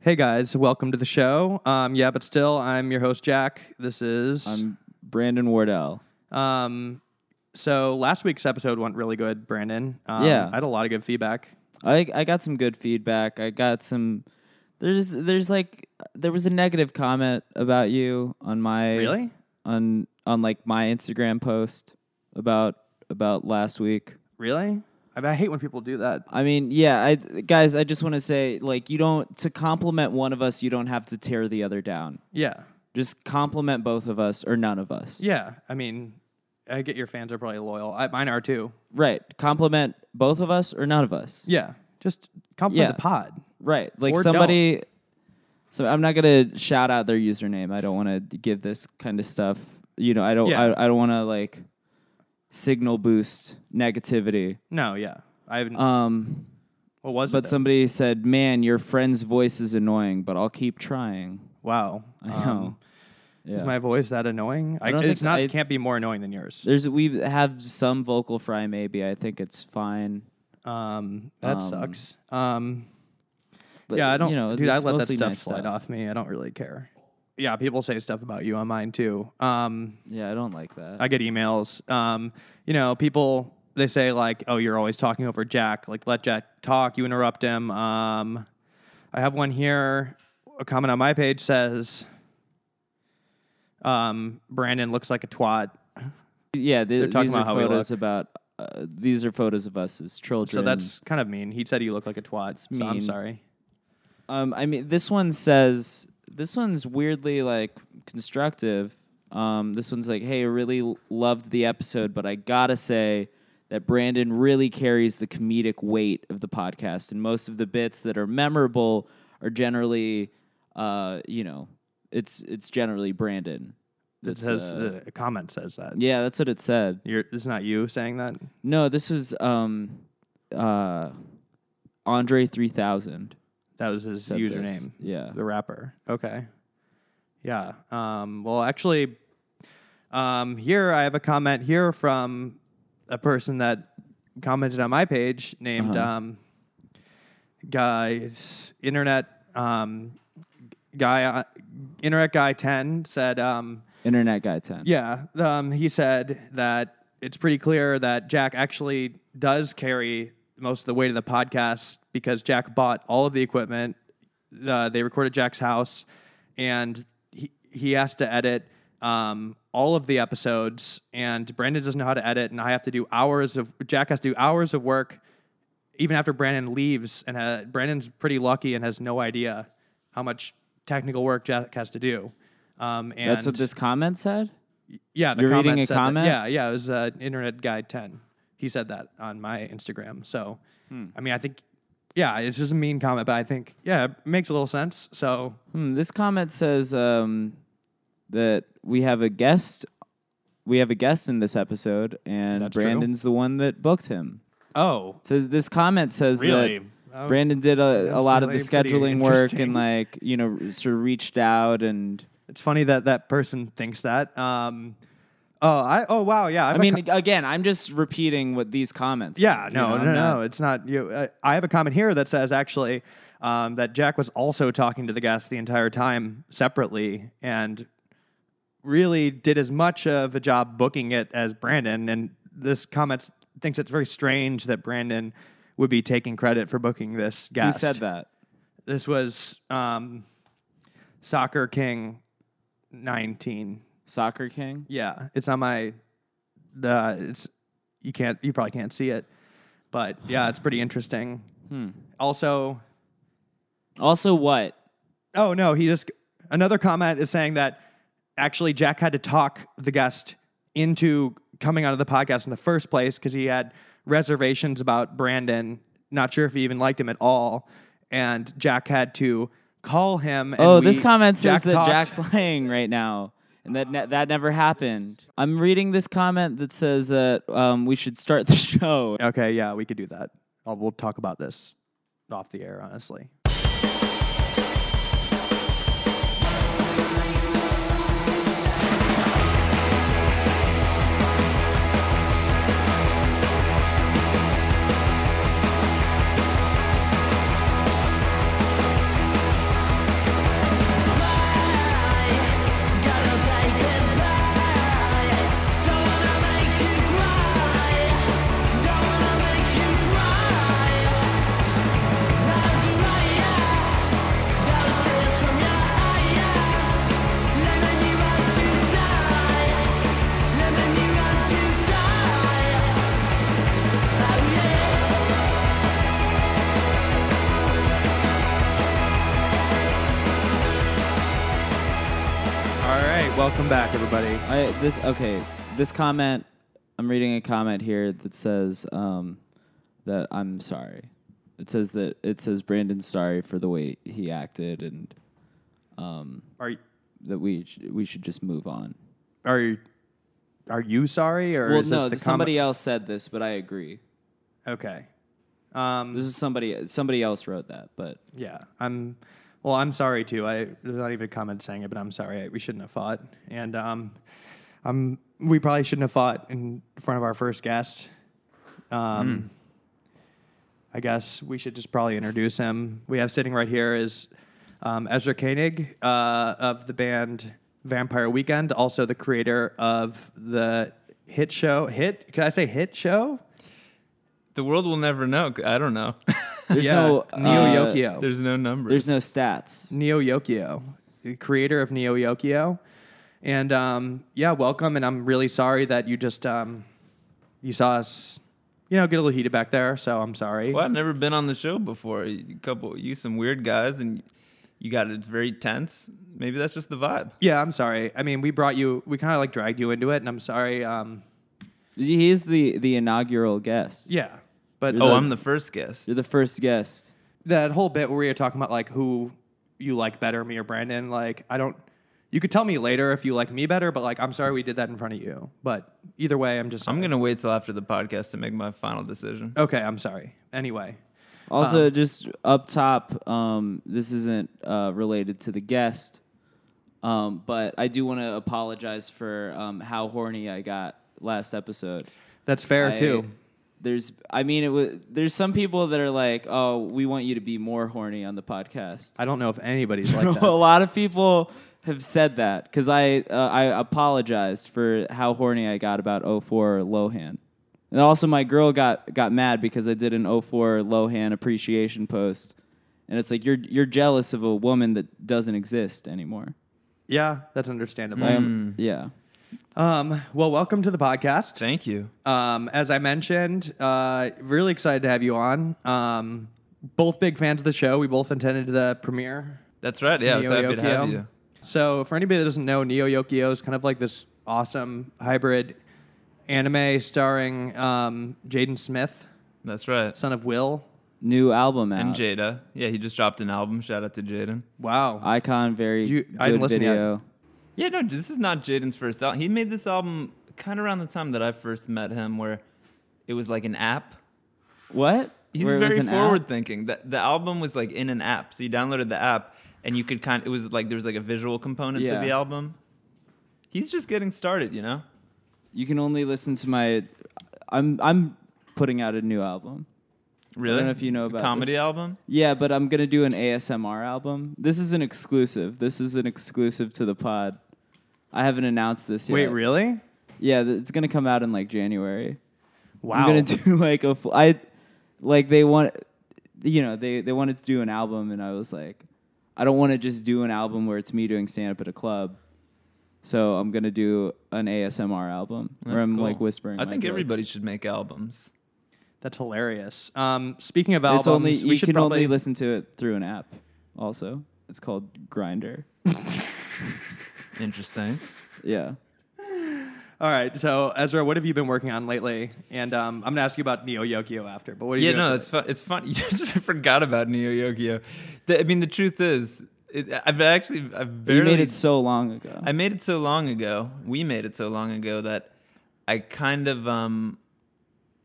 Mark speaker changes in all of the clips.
Speaker 1: Hey guys, welcome to the show. Um, yeah, but still, I'm your host Jack. This is
Speaker 2: I'm Brandon Wardell.
Speaker 1: um, so last week's episode went really good, Brandon. Um,
Speaker 2: Yeah.
Speaker 1: I had a lot of good feedback.
Speaker 2: I I got some good feedback. I got some. There's there's like there was a negative comment about you on my
Speaker 1: Really?
Speaker 2: on on like my Instagram post about about last week.
Speaker 1: Really? I, I hate when people do that.
Speaker 2: I mean, yeah, I guys, I just want to say like you don't to compliment one of us, you don't have to tear the other down.
Speaker 1: Yeah,
Speaker 2: Just compliment both of us or none of us.
Speaker 1: yeah. I mean, I get your fans are probably loyal. I, mine are too.
Speaker 2: Right. Compliment both of us or none of us.
Speaker 1: Yeah, just compliment
Speaker 2: Yeah.
Speaker 1: the pod.
Speaker 2: Right. Like
Speaker 1: Or
Speaker 2: somebody. So I'm not gonna shout out their username. I don't want to give this kind of stuff. You know, I don't.
Speaker 1: Yeah.
Speaker 2: I, I don't want to like signal boost negativity.
Speaker 1: No, yeah. I haven't.
Speaker 2: Um,
Speaker 1: what was it?
Speaker 2: but
Speaker 1: though?
Speaker 2: somebody said, "Man, your friend's voice is annoying, but I'll keep trying."
Speaker 1: wow. Um,
Speaker 2: I know. Yeah.
Speaker 1: Is my voice that annoying? I,
Speaker 2: don't think
Speaker 1: it's not.
Speaker 2: I-
Speaker 1: it can't be more annoying than yours.
Speaker 2: There's we have some vocal fry. Maybe I think it's fine.
Speaker 1: Um, that
Speaker 2: Um,
Speaker 1: sucks. Um,
Speaker 2: But
Speaker 1: yeah, I don't.
Speaker 2: You know,
Speaker 1: dude, I
Speaker 2: it's
Speaker 1: let that
Speaker 2: mostly
Speaker 1: stuff
Speaker 2: nice
Speaker 1: slide off me. I don't really care. Yeah, people say stuff about you on mine too. Um,
Speaker 2: Yeah, I don't like that.
Speaker 1: I get emails. Um, you know, people they say like, "Oh, you're always talking over Jack. Like, let Jack talk. You interrupt him." Um, I have one here. A comment on my page says, um, "Brandon looks like a twat."
Speaker 2: yeah, th-
Speaker 1: They're talking
Speaker 2: these
Speaker 1: about how
Speaker 2: are
Speaker 1: we
Speaker 2: photos about. Uh, these are photos of us as children.
Speaker 1: So that's kind of mean. He said you look like a twat. So I'm
Speaker 2: mean.
Speaker 1: sorry.
Speaker 2: Um, I mean, this one says this one's weirdly like constructive. Um, this one's like, "Hey, I really l- loved the episode, but I gotta say that Brandon really carries the comedic weight of the podcast, and most of the bits that are memorable are generally, uh, you know, it's it's generally Brandon."
Speaker 1: It
Speaker 2: That's,
Speaker 1: says
Speaker 2: uh,
Speaker 1: uh, a comment says that.
Speaker 2: yeah, that's what it said.
Speaker 1: You're, it's not you saying that.
Speaker 2: No, this was um, uh, Andre three thousand.
Speaker 1: That was his username.
Speaker 2: Yeah.
Speaker 1: the rapper. Okay. Yeah. Um, well, actually, um, here I have a comment here from a person that commented on my page named um, guys internet um, guy uh, internet guy ten said um,
Speaker 2: Internet guy ten.
Speaker 1: yeah um, he said that it's pretty clear that Jack actually does carry most of the weight of the podcast because Jack bought all of the equipment uh, they recorded Jack's house, and he he has to edit um, all of the episodes. And Brandon doesn't know how to edit, and I have to do hours of Jack has to do hours of work, even after Brandon leaves. And uh, Brandon's pretty lucky and has no idea how much technical work Jack has to do. Um, and
Speaker 2: That's what this comment said.
Speaker 1: yeah, the
Speaker 2: You're
Speaker 1: comment
Speaker 2: reading a
Speaker 1: said that.
Speaker 2: comment?
Speaker 1: Yeah, yeah, it was uh, Internet Guy Ten. He said that on my Instagram. So,
Speaker 2: Hmm.
Speaker 1: I mean, I think, yeah, it's just a mean comment, but I think, yeah, it makes a little sense. So,
Speaker 2: Hmm, this comment says um, that we have a guest. We have a guest in this episode, and
Speaker 1: That's true.
Speaker 2: Brandon's the one that booked him.
Speaker 1: oh,
Speaker 2: So this comment says
Speaker 1: Really?
Speaker 2: that
Speaker 1: Oh,
Speaker 2: Brandon did a, a lot of the
Speaker 1: really pretty
Speaker 2: scheduling work
Speaker 1: interesting.
Speaker 2: and like you know sort of reached out and.
Speaker 1: it's funny that that person thinks that. Um, oh, I oh wow, yeah.
Speaker 2: I mean, again, I'm just repeating what these comments.
Speaker 1: Yeah,
Speaker 2: are, you
Speaker 1: no,
Speaker 2: know, I'm
Speaker 1: no,
Speaker 2: not-
Speaker 1: no, it's not you. Uh, I have a comment here that says actually um, that Jack was also talking to the guests the entire time separately and really did as much of a job booking it as Brandon. And this comment thinks it's very strange that Brandon would be taking credit for booking this
Speaker 2: Who
Speaker 1: guest.
Speaker 2: said that?
Speaker 1: This was um, Soccer King 19.
Speaker 2: Soccer King.
Speaker 1: Yeah, it's on my. The it's you can't you probably can't see it, but yeah, it's pretty interesting.
Speaker 2: Hmm.
Speaker 1: Also,
Speaker 2: Also, what?
Speaker 1: oh no, he just another comment is saying that actually Jack had to talk the guest into coming onto the podcast in the first place because he had reservations about Brandon, not sure if he even liked him at all, and Jack had to call him. And
Speaker 2: Oh,
Speaker 1: we-
Speaker 2: this comment says that
Speaker 1: talked-
Speaker 2: Jack's lying right now, and that ne- that never happened. I'm reading this comment that says that um, we should start the show.
Speaker 1: Okay, yeah, we could do that. I'll, we'll talk about this off the air, honestly. Welcome back, everybody.
Speaker 2: I this okay. This comment, I'm reading a comment here that says um, that I'm sorry. It says that it says Brandon's sorry for the way he acted and
Speaker 1: Are y-
Speaker 2: that we sh- we should just move on.
Speaker 1: are y- are you sorry or
Speaker 2: well,
Speaker 1: is this
Speaker 2: no,
Speaker 1: the
Speaker 2: somebody else said this, but I agree.
Speaker 1: comment? Okay. Um,
Speaker 2: This is somebody somebody else wrote that, but
Speaker 1: yeah, I'm. Well, I'm sorry too. I there's not even a comment saying it, but I'm sorry. I, we shouldn't have fought, and um, um, we probably shouldn't have fought in front of our first guest.
Speaker 2: Hmm.
Speaker 1: Um, I guess we should just probably introduce him. We have sitting right here is um, Ezra Koenig uh, of the band Vampire Weekend, also the creator of the hit show. Hit? Can I say hit show?
Speaker 3: The world will never know. I don't know.
Speaker 2: there's no
Speaker 1: Neo
Speaker 2: uh,
Speaker 1: Yokio.
Speaker 3: There's no numbers.
Speaker 2: There's no stats.
Speaker 1: Neo Yokio, the creator of Neo Yokio. And um, yeah, welcome. And I'm really sorry that you just um, you saw us, you know, get a little heated back there. So I'm sorry.
Speaker 3: Well, I've never been on the show before. A couple, you some weird guys, and you got it very tense. Maybe that's just the vibe.
Speaker 1: Yeah, I'm sorry. I mean, we brought you, we kind of like dragged you into it, and I'm sorry. Um,
Speaker 2: He is the the inaugural guest.
Speaker 1: yeah, but
Speaker 3: Oh,
Speaker 2: the-
Speaker 3: I'm the first guest.
Speaker 2: You're the first guest.
Speaker 1: that whole bit where we were talking about like who you like better, me or Brandon. Like, I don't. You could tell me later if you like me better, but like, I'm sorry we did that in front of you. But either way, I'm just.
Speaker 3: I'm
Speaker 1: sorry.
Speaker 3: gonna wait till after the podcast to make my final decision.
Speaker 1: Okay, I'm sorry. Anyway,
Speaker 2: Also,
Speaker 1: Um,
Speaker 2: just up top, um, this isn't uh, related to the guest, um, but I do want to apologize for um, how horny I got last episode.
Speaker 1: that's fair
Speaker 2: I-
Speaker 1: too.
Speaker 2: There's, I mean, it was. There's some people that are like, "Oh, we want you to be more horny on the podcast."
Speaker 1: I don't know if anybody's like
Speaker 2: a
Speaker 1: that.
Speaker 2: lot of people have said that because I uh, I apologized for how horny I got about 04 Lohan, and also my girl got got mad because I did an 04 Lohan appreciation post, and it's like you're you're jealous of a woman that doesn't exist anymore.
Speaker 1: Yeah, that's understandable.
Speaker 3: Mm.
Speaker 2: I am- yeah,
Speaker 1: Um, well, welcome to the podcast.
Speaker 3: Thank you.
Speaker 1: Um, as I mentioned, uh, really excited to have you on. Um, both big fans of the show. We both attended the premiere.
Speaker 3: That's right. Yeah, I was
Speaker 1: Neo
Speaker 3: happy to have
Speaker 1: Yokio.
Speaker 3: you.
Speaker 1: So, for anybody that doesn't know, Neo Yokio is kind of like this awesome hybrid anime starring um, Jaden Smith,
Speaker 3: That's right.
Speaker 1: son of Will.
Speaker 2: new album out.
Speaker 3: And Jada. Yeah, he just dropped an album. Shout out to Jaden.
Speaker 1: Wow.
Speaker 2: Icon, very
Speaker 1: You-
Speaker 2: good
Speaker 1: I didn't listen yet.
Speaker 2: video.
Speaker 3: Yeah, no, this is not Jaden's first album. He made this album kind of around the time that I first met him, where it was like an app.
Speaker 2: What?
Speaker 3: He's
Speaker 2: Where it was
Speaker 3: very
Speaker 2: an app?
Speaker 3: forward thinking. The, the album was like in an app, so you downloaded the app and you could kind. It was like there was like a visual component
Speaker 2: Yeah.
Speaker 3: to the album. He's just getting started, you know.
Speaker 2: You can only listen to my. I'm I'm putting out a new album.
Speaker 3: Really?
Speaker 2: know if you know
Speaker 3: A
Speaker 2: about
Speaker 3: comedy
Speaker 2: this.
Speaker 3: album.
Speaker 2: Yeah, but I'm gonna do an ASMR album. This is an exclusive. This is an exclusive to the pod. I haven't announced this yet.
Speaker 1: Wait, really?
Speaker 2: Yeah, th- it's gonna come out in like January.
Speaker 1: Wow.
Speaker 2: I'm gonna do like a full. I like they want, you know, they they wanted to do an album, and I was like, I don't want to just do an album where it's me doing stand up at a club. So I'm gonna do an ASMR album where
Speaker 3: That's
Speaker 2: I'm
Speaker 3: cool.
Speaker 2: like whispering.
Speaker 3: I
Speaker 2: my
Speaker 3: think
Speaker 2: jokes.
Speaker 3: everybody should make albums.
Speaker 1: That's hilarious. Um, speaking of
Speaker 2: It's
Speaker 1: albums,
Speaker 2: only
Speaker 1: we
Speaker 2: you
Speaker 1: should
Speaker 2: can
Speaker 1: probably
Speaker 2: only listen to it through an app. Also, it's called Grinder.
Speaker 3: Interesting.
Speaker 2: Yeah.
Speaker 1: All right, so Ezra, what have you been working on lately? And um, I'm gonna ask you about Neo Yokio after. But what are you?
Speaker 3: yeah,
Speaker 1: doing
Speaker 3: no,
Speaker 1: for-
Speaker 3: it's fun. It's fun. You just forgot about Neo Yokio. The- I mean, the truth is, it, I've actually I've barely
Speaker 2: You made it so long ago.
Speaker 3: I made it so long ago. We made it so long ago that I kind of um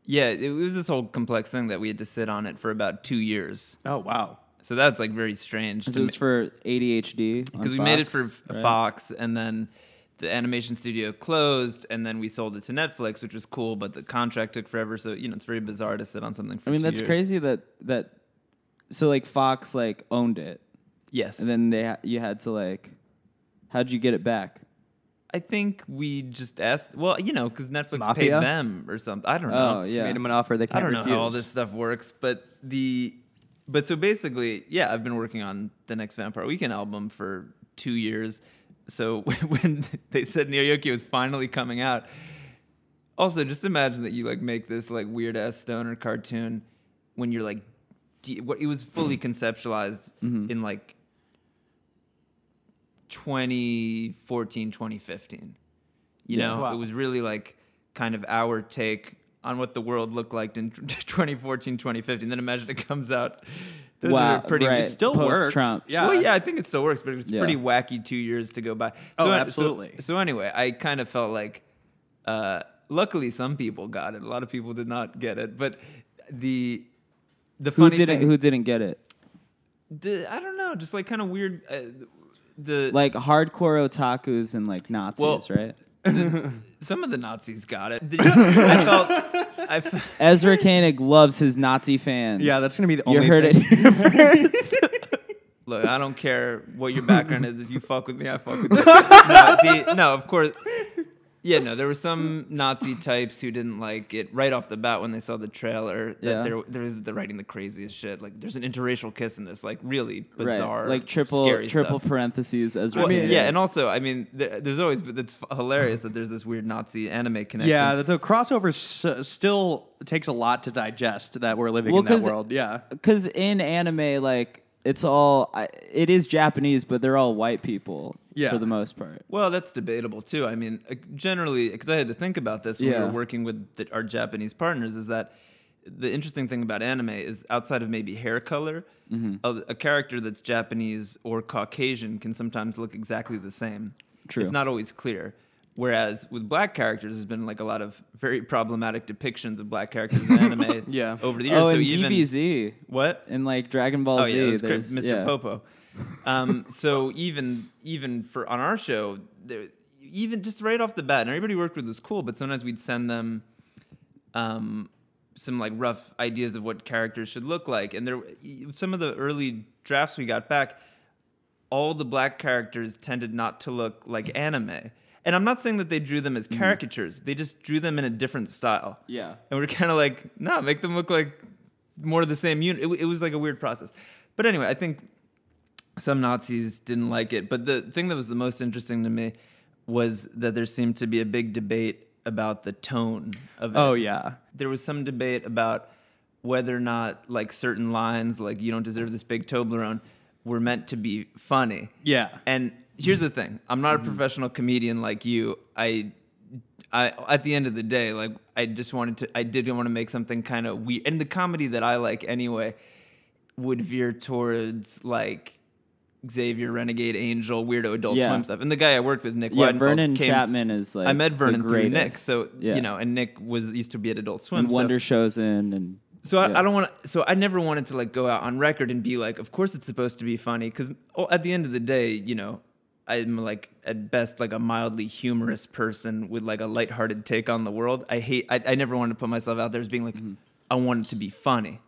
Speaker 3: yeah, it was this whole complex thing that we had to sit on it for about 2 years.
Speaker 1: Oh wow,
Speaker 3: So that's like very strange
Speaker 2: So it was for ADHD.
Speaker 3: because we made it for Fox and then the animation studio closed and then we sold it to Netflix, which was cool, but the contract took forever, so you know, it's very bizarre to sit on something for
Speaker 2: I mean,
Speaker 3: two
Speaker 2: that's
Speaker 3: years.
Speaker 2: crazy that that. So like Fox like owned it,
Speaker 3: Yes.
Speaker 2: and then they ha- you had to like, how'd you get it back?
Speaker 3: I think we just asked well, you know, cuz Netflix
Speaker 1: Mafia?
Speaker 3: paid them or something. I don't know.
Speaker 2: Oh yeah.
Speaker 1: made him an offer they
Speaker 3: I
Speaker 1: can't
Speaker 3: don't know
Speaker 1: refuse.
Speaker 3: how all this stuff works, but the but so basically, yeah, I've been working on the next Vampire Weekend album for two years. So when they said Neo Yokio was finally coming out, also just imagine that you like make this like weird ass stoner cartoon when you're like,
Speaker 2: Mm-hmm.
Speaker 3: de- what it was fully conceptualized in like 2014, 2015. You
Speaker 2: Yeah.
Speaker 3: know,
Speaker 1: Wow.
Speaker 3: it was really like kind of our take on what the world looked like in 2014, 2015. Then imagine it comes out. Those
Speaker 2: wow,
Speaker 3: are pretty
Speaker 2: right.
Speaker 3: good
Speaker 1: still worked.
Speaker 2: Post-Trump.
Speaker 1: Yeah.
Speaker 3: Well, yeah, I think it still works, but it was
Speaker 2: Yeah.
Speaker 3: pretty wacky two years to go by. So,
Speaker 1: Oh, absolutely.
Speaker 3: So, so anyway, I kind of felt like, uh, luckily, some people got it. A lot of people did not get it, but the the
Speaker 2: Who
Speaker 3: funny
Speaker 2: didn't?
Speaker 3: thing,
Speaker 2: Who didn't get it?
Speaker 3: the- I don't know, just like kind of weird. Uh, the
Speaker 2: Like hardcore otakus and like Nazis,
Speaker 3: Well-
Speaker 2: right?
Speaker 3: some of the Nazis got it. Did you- I felt. I f-
Speaker 2: Ezra Koenig loves his Nazi fans.
Speaker 1: Yeah, that's gonna be the
Speaker 2: you
Speaker 1: only
Speaker 2: heard
Speaker 1: thing.
Speaker 2: it. here first.
Speaker 3: Look, I don't care what your background is. If you fuck with me, I fuck with you. no, the- no, of course. Yeah, no, there were some Nazi types who didn't like it right off the bat when they saw the trailer. That
Speaker 2: Yeah.
Speaker 3: there, there is the writing the craziest shit. Like, there's an interracial kiss in this. Like, really bizarre,
Speaker 2: right, like triple
Speaker 3: scary
Speaker 2: triple
Speaker 3: stuff.
Speaker 2: parentheses Ezra.
Speaker 3: Well,
Speaker 2: Koenig.
Speaker 3: yeah, and also, I mean, there, there's always, but it's hilarious that there's this weird Nazi anime connection.
Speaker 1: Yeah, the, the crossover s- still takes a lot to digest that we're living
Speaker 2: Well,
Speaker 1: in that
Speaker 2: 'cause-
Speaker 1: world. Yeah.
Speaker 2: because in anime, like it's all I- it is Japanese, but they're all white people
Speaker 1: Yeah.
Speaker 2: for the most part.
Speaker 3: Well, that's debatable too. I mean, uh, generally, because I had to think about this when we
Speaker 2: Yeah.
Speaker 3: were working with the, our Japanese partners, is that the interesting thing about anime is outside of maybe hair color,
Speaker 2: Mm-hmm.
Speaker 3: a, a character that's Japanese or Caucasian can sometimes look exactly the same.
Speaker 2: True.
Speaker 3: It's not always clear. Whereas with black characters, there's been like a lot of very problematic depictions of black characters in anime
Speaker 1: Yeah.
Speaker 3: over the years.
Speaker 2: Oh,
Speaker 3: so
Speaker 2: and
Speaker 3: even,
Speaker 2: DBZ
Speaker 3: What?
Speaker 2: and like Dragon Ball
Speaker 3: Oh
Speaker 2: Z.
Speaker 3: yeah, it was cra-
Speaker 2: there's-
Speaker 3: Mr.
Speaker 2: yeah.
Speaker 3: Popo. Um, so even even for on our show, there, even just right off the bat, and everybody worked with was cool, but sometimes we'd send them um, some like rough ideas of what characters should look like, and there some of the early drafts we got back, all the black characters tended not to look like anime. And I'm not saying that they drew them as
Speaker 2: Mm-hmm.
Speaker 3: caricatures; they just drew them in a different style.
Speaker 2: Yeah.
Speaker 3: And we are kind of like, no, make them look like more of the same unit. It, w- it was like a weird process. But anyway, I think some Nazis didn't like it. But the thing that was the most interesting to me was that there seemed to be a big debate about the tone of it.
Speaker 1: Oh yeah.
Speaker 3: There was some debate about whether or not like certain lines, like "you don't deserve this big Toblerone," were meant to be funny.
Speaker 1: Yeah.
Speaker 3: And
Speaker 2: Mm-hmm.
Speaker 3: here's the thing: I'm not a professional comedian like you. I, I at the end of the day, like I just wanted to. I did want to make something kind of weird, and the comedy that I like anyway would veer towards like. Xavier, Renegade Angel, Weirdo Adult
Speaker 2: Yeah.
Speaker 3: Swim stuff, and the guy I worked with, Nick
Speaker 2: Yeah,
Speaker 3: Weidenfeld,
Speaker 2: Vernon
Speaker 3: came-
Speaker 2: Chapman is like
Speaker 3: I met
Speaker 2: the
Speaker 3: Vernon through Nick,
Speaker 2: greatest.
Speaker 3: so
Speaker 2: Yeah.
Speaker 3: you know, and Nick was used to be at Adult Swim.
Speaker 2: and
Speaker 3: so-
Speaker 2: Wonder Chosen and
Speaker 3: so I,
Speaker 2: Yeah.
Speaker 3: I don't want to. So I never wanted to like go out on record and be like, of course it's supposed to be funny, because at the end of the day, you know, I'm like at best like a mildly humorous person with like a lighthearted take on the world. I hate. I, I never wanted to put myself out there as being like,
Speaker 1: Mm-hmm.
Speaker 3: I want it to be funny,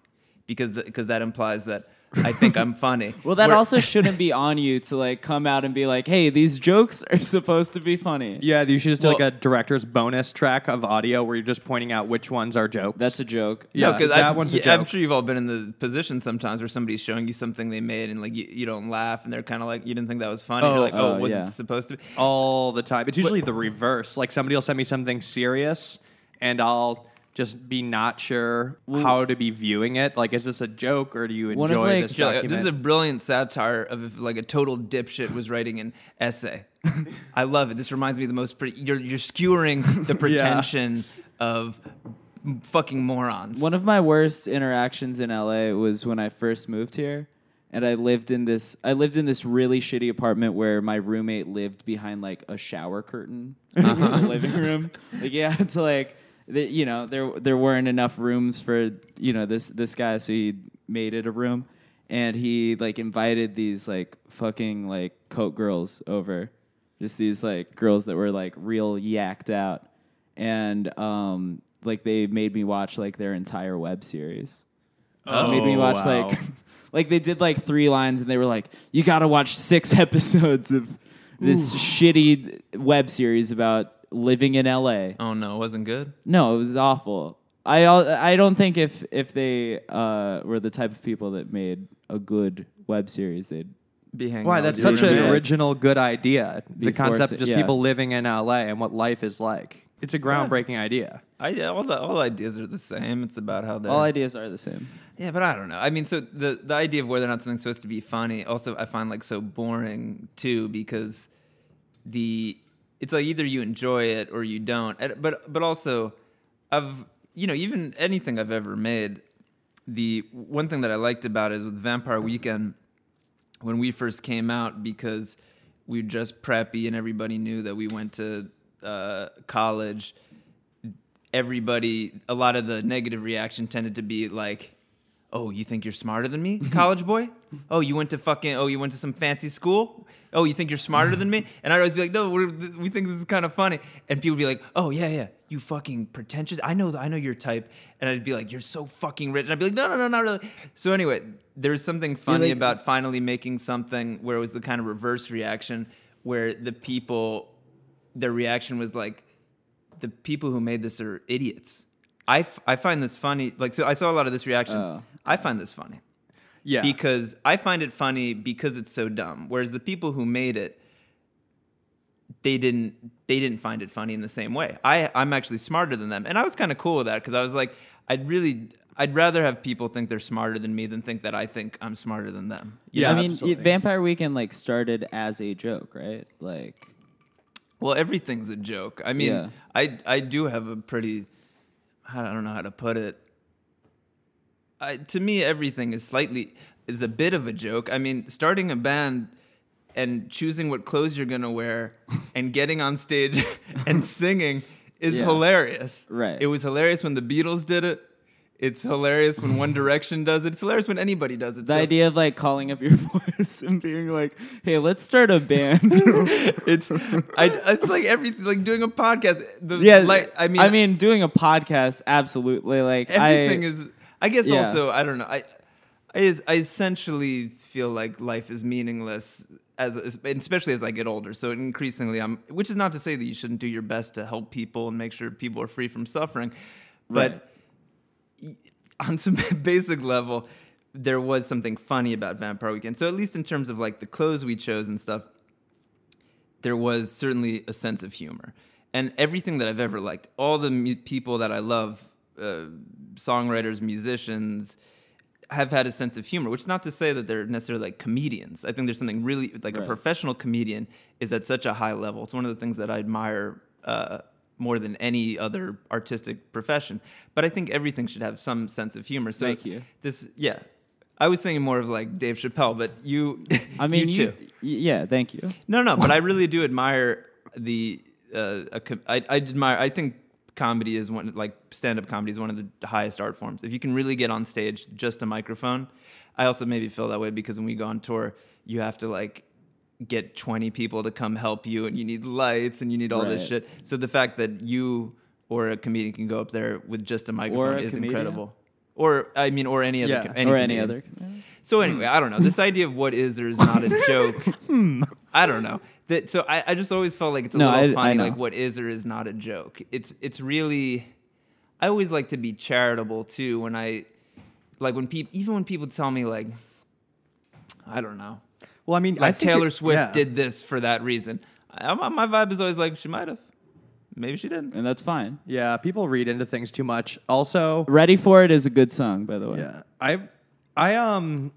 Speaker 3: because because that implies that I think I'm funny.
Speaker 2: Well, that
Speaker 3: Where-
Speaker 2: also shouldn't be on you to like come out and be like, "Hey, these jokes are supposed to be funny."
Speaker 1: Yeah, you should just do
Speaker 3: Well-
Speaker 1: like a director's bonus track of audio where you're just pointing out which ones are jokes.
Speaker 2: That's a joke.
Speaker 1: Yeah,
Speaker 3: No, 'cause
Speaker 1: that
Speaker 3: I've-
Speaker 1: one's a
Speaker 3: yeah, I'm
Speaker 1: joke.
Speaker 3: sure you've all been in the position sometimes where somebody's showing you something they made and like you, you don't laugh and they're kind of like you didn't think that was funny.
Speaker 1: Oh.
Speaker 3: You're like, oh,
Speaker 2: Oh,
Speaker 3: it wasn't
Speaker 2: yeah.
Speaker 3: supposed to. be.
Speaker 1: all the time. It's usually the reverse. Like somebody will send me something serious, and I'll just be not sure how to be viewing it. Like, is this a joke or do you
Speaker 2: One
Speaker 1: enjoy
Speaker 2: of, like-
Speaker 1: this
Speaker 3: You're like,
Speaker 1: document?
Speaker 3: uh, this is a brilliant satire of if like a total dipshit was writing an essay. I love it. This reminds me of the most. Pre- you're you're skewering the pretension of fucking morons.
Speaker 2: One of my worst interactions in LA was when I first moved here, and I lived in this I lived in this really shitty apartment where my roommate lived behind like a shower curtain in the living room. Like yeah, it's like the, you know there there weren't enough rooms for you know this this guy, so he made it a room, and he like invited these like fucking like coke girls over, just these like girls that were like real yacked out and um, like they made me watch like their entire web series. Uh, made me
Speaker 1: Oh,
Speaker 2: watch
Speaker 1: wow.
Speaker 2: like like they did like three lines, and they were like, "You got to watch six episodes of this shitty web series about living in L.A."
Speaker 3: oh no, it wasn't good.
Speaker 2: No, it was awful. I al- I don't think if if they uh, were the type of people that made a good web series, they'd
Speaker 3: Be hanging.
Speaker 1: Why
Speaker 3: out
Speaker 1: that's
Speaker 3: with your
Speaker 1: such an
Speaker 3: roommate.
Speaker 1: original good idea. The
Speaker 2: Be
Speaker 1: concept
Speaker 2: forced-
Speaker 1: of just
Speaker 2: yeah.
Speaker 1: people living in LA and what life is like. it's a groundbreaking idea.
Speaker 3: I, yeah, all the all ideas are the same. It's about how they're
Speaker 2: All ideas are the same.
Speaker 3: Yeah, but I don't know. I mean, so the the idea of whether or not something's supposed to be funny also I find like so boring too because the it's like either you enjoy it or you don't. And- But but also I've you know even anything I've ever made the one thing that I liked about it is with Vampire Weekend when we first came out because we were just preppy and everybody knew that we went to uh, college. Everybody, a lot of the negative reaction tended to be like, "Oh, you think you're smarter than me, college boy? Oh, you went to fucking oh, you went to some fancy school? Oh, you think you're smarter than me?" And I'd always be like, "No, we're, th- we think this is kind of funny." And people would be like, "Oh yeah, yeah, you fucking pretentious. I know, I know your type." And I'd be like, "You're so fucking rich." And I'd be like, "No, no, no, not really." So anyway, there's something funny
Speaker 2: like-
Speaker 3: about about finally making something where it was the kind of reverse reaction where the people their reaction was like the people who made this are idiots i, f- I find this funny like so i saw a lot of this reaction
Speaker 2: Oh.
Speaker 3: i find this funny
Speaker 1: Yeah.
Speaker 3: because i find it funny because it's so dumb whereas the people who made it they didn't they didn't find it funny in the same way. I I'm actually smarter than them, and I was kind of cool with that because I was like, I'd really I'd rather have people think they're smarter than me than think that I think I'm smarter than them.
Speaker 1: yeah,
Speaker 2: I mean,
Speaker 1: absolutely.
Speaker 2: y- Vampire Weekend like started as a joke, right? Like,
Speaker 3: Well, everything's a joke. I mean,
Speaker 2: Yeah.
Speaker 3: I I do have a pretty I don't know how to put it. I, to me, everything is slightly is a bit of a joke. I mean, starting a band and choosing what clothes you're gonna wear and getting on stage and singing is
Speaker 2: Yeah.
Speaker 3: hilarious.
Speaker 2: Right.
Speaker 3: It was hilarious when the Beatles did it. It's hilarious when One Direction does it. It's hilarious when anybody does it.
Speaker 2: the
Speaker 3: So-
Speaker 2: idea of like calling up your voice and being like, "Hey, let's start a band."
Speaker 3: it's I, it's like everything like doing a podcast. The,
Speaker 2: yeah,
Speaker 3: like I mean,
Speaker 2: I mean, doing a podcast, absolutely. Like,
Speaker 3: everything
Speaker 2: I,
Speaker 3: is i guess
Speaker 2: Yeah.
Speaker 3: also i don't know i I, is, I essentially feel like life is meaningless as, as and especially as I get older. So increasingly, I'm which is not to say that you shouldn't do your best to help people and make sure people are free from suffering, but on some basic level, there was something funny about Vampire Weekend. So at least in terms of like the clothes we chose and stuff, there was certainly a sense of humor. And everything that I've ever liked, all the mu- people that I love, uh, songwriters, musicians, have had a sense of humor, which is not to say that they're necessarily like comedians. I think there's something really like a
Speaker 2: Right.
Speaker 3: professional comedian is at such a high level. It's one of the things that I admire uh, more than any other artistic profession. But I think everything should have some sense of humor. So
Speaker 2: Thank you.
Speaker 3: This, yeah. I was thinking more of like Dave Chappelle, but you,
Speaker 2: I mean, you,
Speaker 3: too.
Speaker 2: y- yeah, thank you.
Speaker 3: No, no, but I really do admire the. Uh, a com- I, I admire. I think comedy is one like stand up comedy is one of the highest art forms. If you can really get on stage, just a microphone. I also maybe feel that way because when we go on tour, you have to like get twenty people to come help you, and you need lights, and you need all this
Speaker 2: Right.
Speaker 3: shit. So the fact that you or a comedian can go up there with just a microphone
Speaker 2: a
Speaker 3: is
Speaker 2: comedian.
Speaker 3: incredible. Or I mean, or any other,
Speaker 1: Yeah.
Speaker 3: com-
Speaker 2: or any
Speaker 3: comedian.
Speaker 2: other.
Speaker 3: So anyway, I don't know. This idea of what is or is not a joke. I don't know. That so I, I just always felt like it's a
Speaker 2: No,
Speaker 3: little
Speaker 2: I- I
Speaker 3: funny,
Speaker 2: know.
Speaker 3: like what is or is not a joke. It's it's really I always like to be charitable too when I like when people even when people tell me like I don't know.
Speaker 1: well, I mean, I
Speaker 3: Like
Speaker 1: think
Speaker 3: Taylor
Speaker 1: it-
Speaker 3: Swift
Speaker 1: yeah.
Speaker 3: did this for that reason. I, my, my vibe is always like she might have. Maybe she didn't.
Speaker 2: And that's fine.
Speaker 1: Yeah, people read into things too much. Also,
Speaker 2: Ready for It is a good song, by the way.
Speaker 1: Yeah, I, I um,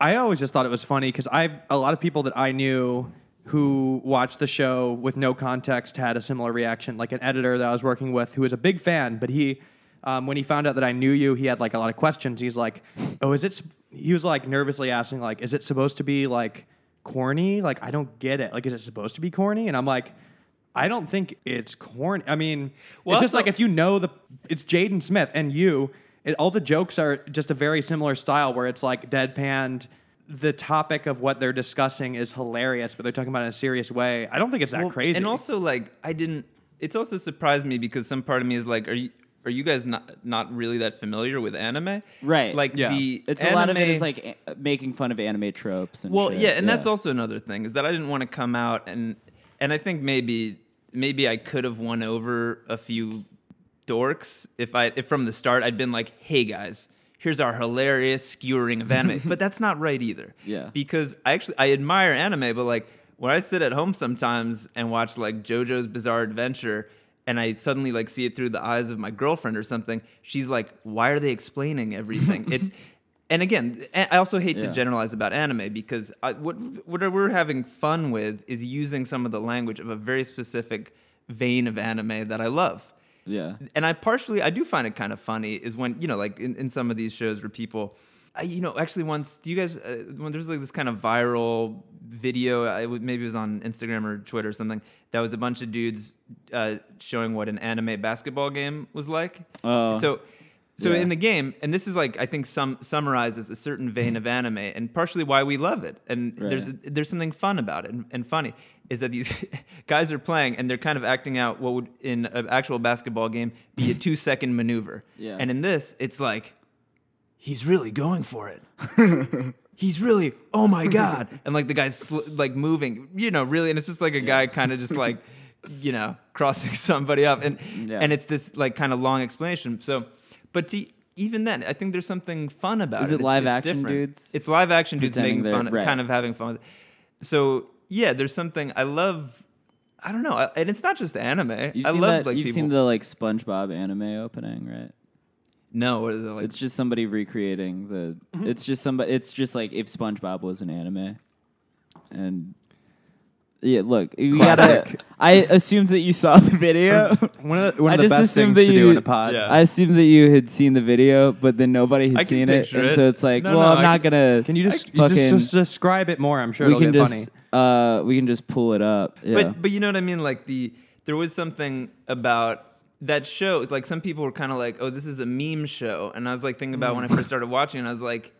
Speaker 1: I always just thought it was funny because I a lot of people that I knew who watched the show with no context had a similar reaction. Like an editor that I was working with who was a big fan, but he, um, when he found out that I knew you, he had like a lot of questions. He's like, "Oh, is it?" s-" He was like nervously asking, like, "Is it supposed to be like corny? Like, I don't get it. Like, is it supposed to be corny?" And I'm like. I don't think it's corny. I mean,
Speaker 3: Well,
Speaker 1: it's just
Speaker 3: also-
Speaker 1: like if you know the it's Jaden Smith and you, it, all the jokes are just a very similar style where it's like deadpanned. The topic of what they're discussing is hilarious, but they're talking about it in a serious way. I don't think it's that
Speaker 3: Well,
Speaker 1: crazy.
Speaker 3: And also, like, I didn't. It's also surprised me because some part of me is like, are you are you guys not not really that familiar with anime?
Speaker 2: Right.
Speaker 3: Like
Speaker 1: Yeah.
Speaker 3: the
Speaker 2: It's a lot of it
Speaker 3: anime-
Speaker 2: is like a- making fun of anime tropes. And
Speaker 3: well,
Speaker 2: shit.
Speaker 3: yeah, and that's also another thing is that I didn't want to come out and and I think maybe maybe I could have won over a few dorks if I if from the start I'd been like, hey guys. Here's our hilarious skewering of anime, but that's not right either.
Speaker 2: Yeah.
Speaker 3: because I actually I admire anime, but like when I sit at home sometimes and watch like JoJo's Bizarre Adventure and I suddenly like see it through the eyes of my girlfriend or something, she's like, "Why are they explaining everything?" it's and again, a- I also hate
Speaker 2: Yeah.
Speaker 3: to generalize about anime because I, what what we're having fun with is using some of the language of a very specific vein of anime that I love
Speaker 2: Yeah.
Speaker 3: and I partially I do find it kind of funny is when you know like in, in some of these shows where people I, you know actually once do you guys uh, when there's like this kind of viral video I would, maybe it was on Instagram or Twitter or something that was a bunch of dudes uh, showing what an anime basketball game was like
Speaker 2: Oh.
Speaker 3: so so
Speaker 2: Yeah.
Speaker 3: in the game and this is like I think some summarizes a certain vein of anime and partially why we love it and
Speaker 2: Right.
Speaker 3: there's there's something fun about it and, and funny is that these guys are playing and they're kind of acting out what would in an actual basketball game be a two second maneuver.
Speaker 2: Yeah.
Speaker 3: And in this, it's like he's really going for it. he's really oh my god, and like the guy's sl- like moving, you know, really, and it's just like a guy kind of just like you know crossing somebody up, and
Speaker 2: Yeah.
Speaker 3: and it's this like kind of long explanation. So, but to even then, I think there's something fun about
Speaker 2: Is
Speaker 3: it.
Speaker 2: it
Speaker 3: It's-
Speaker 2: live
Speaker 3: it's
Speaker 2: action
Speaker 3: different.
Speaker 2: dudes
Speaker 3: It's live action dudes
Speaker 2: pretending
Speaker 3: making fun,
Speaker 2: they're- right.
Speaker 3: kind of having fun. with it. So yeah, there's something I love. I don't know, I- and it's not just anime.
Speaker 2: You've
Speaker 3: I
Speaker 2: seen
Speaker 3: love
Speaker 2: that,
Speaker 3: like
Speaker 2: you've
Speaker 3: people.
Speaker 2: seen the like SpongeBob anime opening, right?
Speaker 3: no, what are they, like
Speaker 2: It's just somebody recreating the.
Speaker 1: Mm-hmm.
Speaker 2: It's just somebody. It's just like if SpongeBob was an anime, and yeah, look, you gotta. I assumed that you saw the video.
Speaker 1: One of the, one
Speaker 2: I
Speaker 1: of the
Speaker 2: just
Speaker 1: best
Speaker 2: assumed
Speaker 1: things
Speaker 2: that
Speaker 1: to do
Speaker 2: you-
Speaker 1: in a pod.
Speaker 3: Yeah.
Speaker 2: I assumed that you had seen the video, but then nobody
Speaker 3: I
Speaker 2: had
Speaker 3: can
Speaker 2: seen it,
Speaker 3: picture
Speaker 2: and
Speaker 3: it.
Speaker 2: so it's like,
Speaker 3: No,
Speaker 2: well,
Speaker 3: no,
Speaker 2: I'm
Speaker 3: I
Speaker 2: not
Speaker 3: can-
Speaker 2: gonna.
Speaker 1: Can you just, you
Speaker 2: fucking?
Speaker 1: just, just describe it more? I'm sure
Speaker 2: we
Speaker 1: it'll
Speaker 2: can
Speaker 1: get funny.
Speaker 2: just. Uh, we can just pull it up. Yeah.
Speaker 3: But but you know what I mean? Like the there was something about that show. It's Like some people were kind of like, "Oh, this is a meme show," and I was like thinking about when I
Speaker 2: Mm.
Speaker 3: first started watching, and I was like,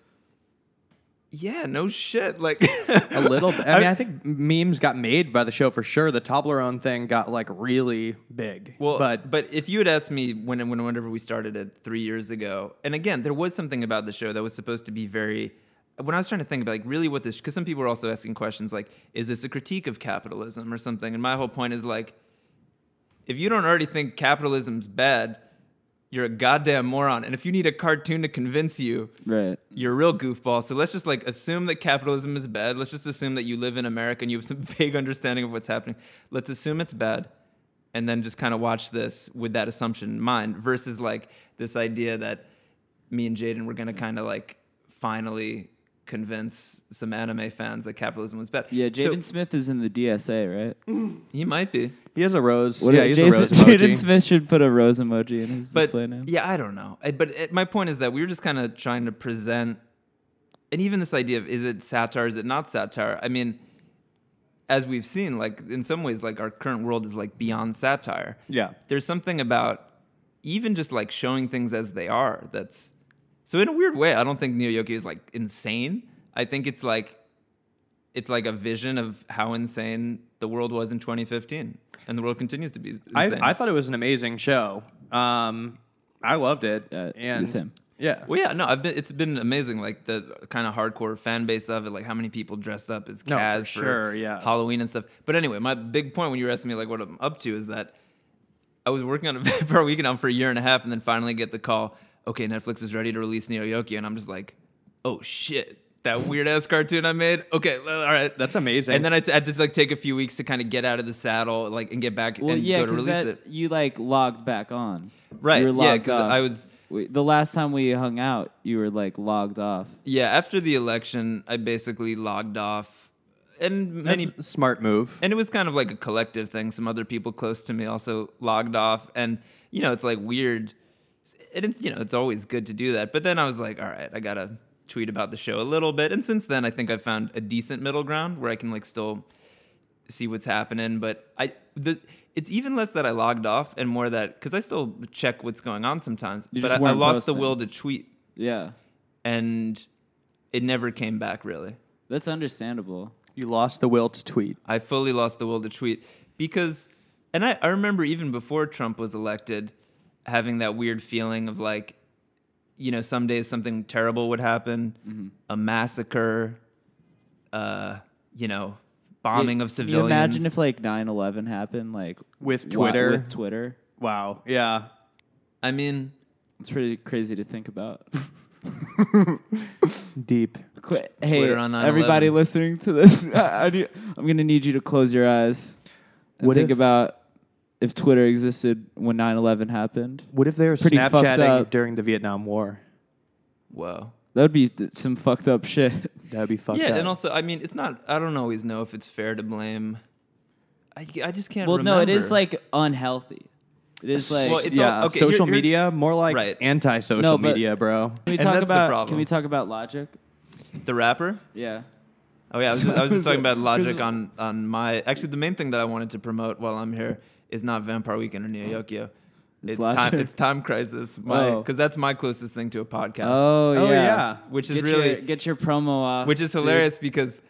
Speaker 3: "Yeah, no shit." Like
Speaker 1: A little bit. I mean, I think memes got made by the show for sure. The Toblerone thing got like really big.
Speaker 3: Well,
Speaker 1: but
Speaker 3: but but if you had asked me when when whenever we started it three years ago, and again, there was something about the show that was supposed to be very. When I was trying to think about like really what this, because some people were also asking questions like, is this a critique of capitalism or something? And my whole point is like, if you don't already think capitalism's bad, you're a goddamn moron. And if you need a cartoon to convince you,
Speaker 2: right.
Speaker 3: you're a real goofball. So let's just like assume that capitalism is bad. Let's just assume that you live in America and you have some vague understanding of what's happening. Let's assume it's bad and then just kind of watch this with that assumption in mind versus like this idea that me and Jaden were going to kind of like finally convince some anime fans that capitalism was bad.
Speaker 2: Yeah,
Speaker 3: So-
Speaker 2: Jaden Smith is in the DSA, right?
Speaker 3: he might be.
Speaker 1: he has a rose.
Speaker 2: What-
Speaker 1: yeah, he's a
Speaker 2: Jason-
Speaker 1: rose emoji.
Speaker 2: Jaden Smith should put a rose emoji in his
Speaker 3: but
Speaker 2: display name.
Speaker 3: yeah, I don't know. I, but it, my point is that we were just kind of trying to present, and even this idea of is it satire, is it not satire? I mean, as we've seen, like in some ways, like our current world is like beyond satire.
Speaker 1: Yeah.
Speaker 3: There's something about even just like showing things as they are. That's so in a weird way. I don't think Neo Yoki is like insane. I think it's like it's like a vision of how insane the world was in 2015, and the world continues to be insane.
Speaker 1: I, I thought it was an amazing show. Um, I loved it.
Speaker 2: Yeah,
Speaker 1: and
Speaker 2: the same.
Speaker 1: yeah,
Speaker 3: Well, yeah, no, I've been. It's been amazing, like the kind of hardcore fan base of it, like how many people dressed up as
Speaker 1: No, for
Speaker 3: Kaz
Speaker 1: sure, yeah.
Speaker 3: Halloween and stuff. But anyway, my big point when you were asking me like what I'm up to is that I was working on a vampire weekend on for a year and a half, and then finally get the call. Okay, Netflix is ready to release Neo Yoki, and I'm just like, oh shit, that weird ass cartoon I made. Okay, l- all right,
Speaker 1: That's amazing.
Speaker 3: And then I t- had to like take a few weeks to kind of get out of the saddle, like and get back
Speaker 2: Well,
Speaker 3: and
Speaker 2: yeah,
Speaker 3: go to
Speaker 2: because
Speaker 3: release
Speaker 2: that
Speaker 3: it.
Speaker 2: you like logged back on.
Speaker 3: Right,
Speaker 2: You were
Speaker 3: yeah,
Speaker 2: logged
Speaker 3: 'cause
Speaker 2: off.
Speaker 3: I was-
Speaker 2: We, the last time we hung out, you were like logged off.
Speaker 3: Yeah, after the election, I basically logged off, and many,
Speaker 1: that's a smart move.
Speaker 3: and it was kind of like a collective thing. Some other people close to me also logged off, and you know, it's like weird. And it's you know, it's always good to do that. But then I was like, all right, I gotta tweet about the show a little bit. And since then, I think I found a decent middle ground where I can like still see what's happening. But I the it's even less that I logged off and more that because I still check what's going on sometimes.
Speaker 2: You
Speaker 3: but
Speaker 2: just
Speaker 3: I, I
Speaker 2: weren't
Speaker 3: lost the
Speaker 2: posting.
Speaker 3: will to tweet,
Speaker 2: Yeah,
Speaker 3: and it never came back really.
Speaker 2: that's understandable.
Speaker 1: you lost the will to tweet.
Speaker 3: I fully lost the will to tweet because, and I, I remember even before Trump was elected, having that weird feeling of like, you know, some days something terrible would happen, a massacre, uh, you know, bombing of
Speaker 2: Can
Speaker 3: civilians.
Speaker 2: You imagine if like 9-11 happened, like
Speaker 1: With
Speaker 2: wa-
Speaker 1: Twitter.
Speaker 2: With Twitter,
Speaker 1: Wow. Yeah.
Speaker 3: I mean,
Speaker 2: it's pretty crazy to think about.
Speaker 1: Deep.
Speaker 2: Qu- hey,
Speaker 3: Twitter on 9/11.
Speaker 2: everybody listening to this, I, I need- I'm gonna need you to close your eyes and
Speaker 1: What
Speaker 2: think
Speaker 1: if-
Speaker 2: about if Twitter existed when 9/11 happened.
Speaker 1: What if they were
Speaker 2: Pretty fucked
Speaker 1: Snapchatting
Speaker 2: up.
Speaker 1: during the Vietnam War?
Speaker 3: Whoa.
Speaker 2: That would be th- some fucked up shit.
Speaker 1: That would be fucked
Speaker 3: yeah,
Speaker 1: up.
Speaker 3: and also, I mean, it's not. I don't always know if it's fair to blame. I, I just can't.
Speaker 2: well, no, it is
Speaker 3: remember.
Speaker 2: like unhealthy. It is like
Speaker 3: Well, it's
Speaker 1: yeah,
Speaker 3: all- okay, here-
Speaker 1: social
Speaker 3: here's-
Speaker 1: media, more like
Speaker 3: Right.
Speaker 1: anti-social
Speaker 2: No, but-
Speaker 1: media, bro.
Speaker 2: Can we
Speaker 3: And
Speaker 2: talk
Speaker 3: that's the
Speaker 2: about? Can
Speaker 3: problem.
Speaker 2: we talk about logic?
Speaker 3: the rapper.
Speaker 2: Yeah.
Speaker 3: Oh yeah, I was, just, I was just talking about logic
Speaker 2: Because-
Speaker 3: on on my. Actually, the main thing that I wanted to promote while I'm here is not Vampire Weekend or Neo Yokio. It's,
Speaker 2: Logic.
Speaker 3: time. It's Time Crisis. My
Speaker 2: Oh.
Speaker 3: because that's my closest thing to a podcast.
Speaker 2: Oh, yeah.
Speaker 1: Oh, yeah.
Speaker 3: Which is
Speaker 2: get
Speaker 3: really
Speaker 2: your, get your promo off.
Speaker 3: which is
Speaker 2: dude.
Speaker 3: hilarious because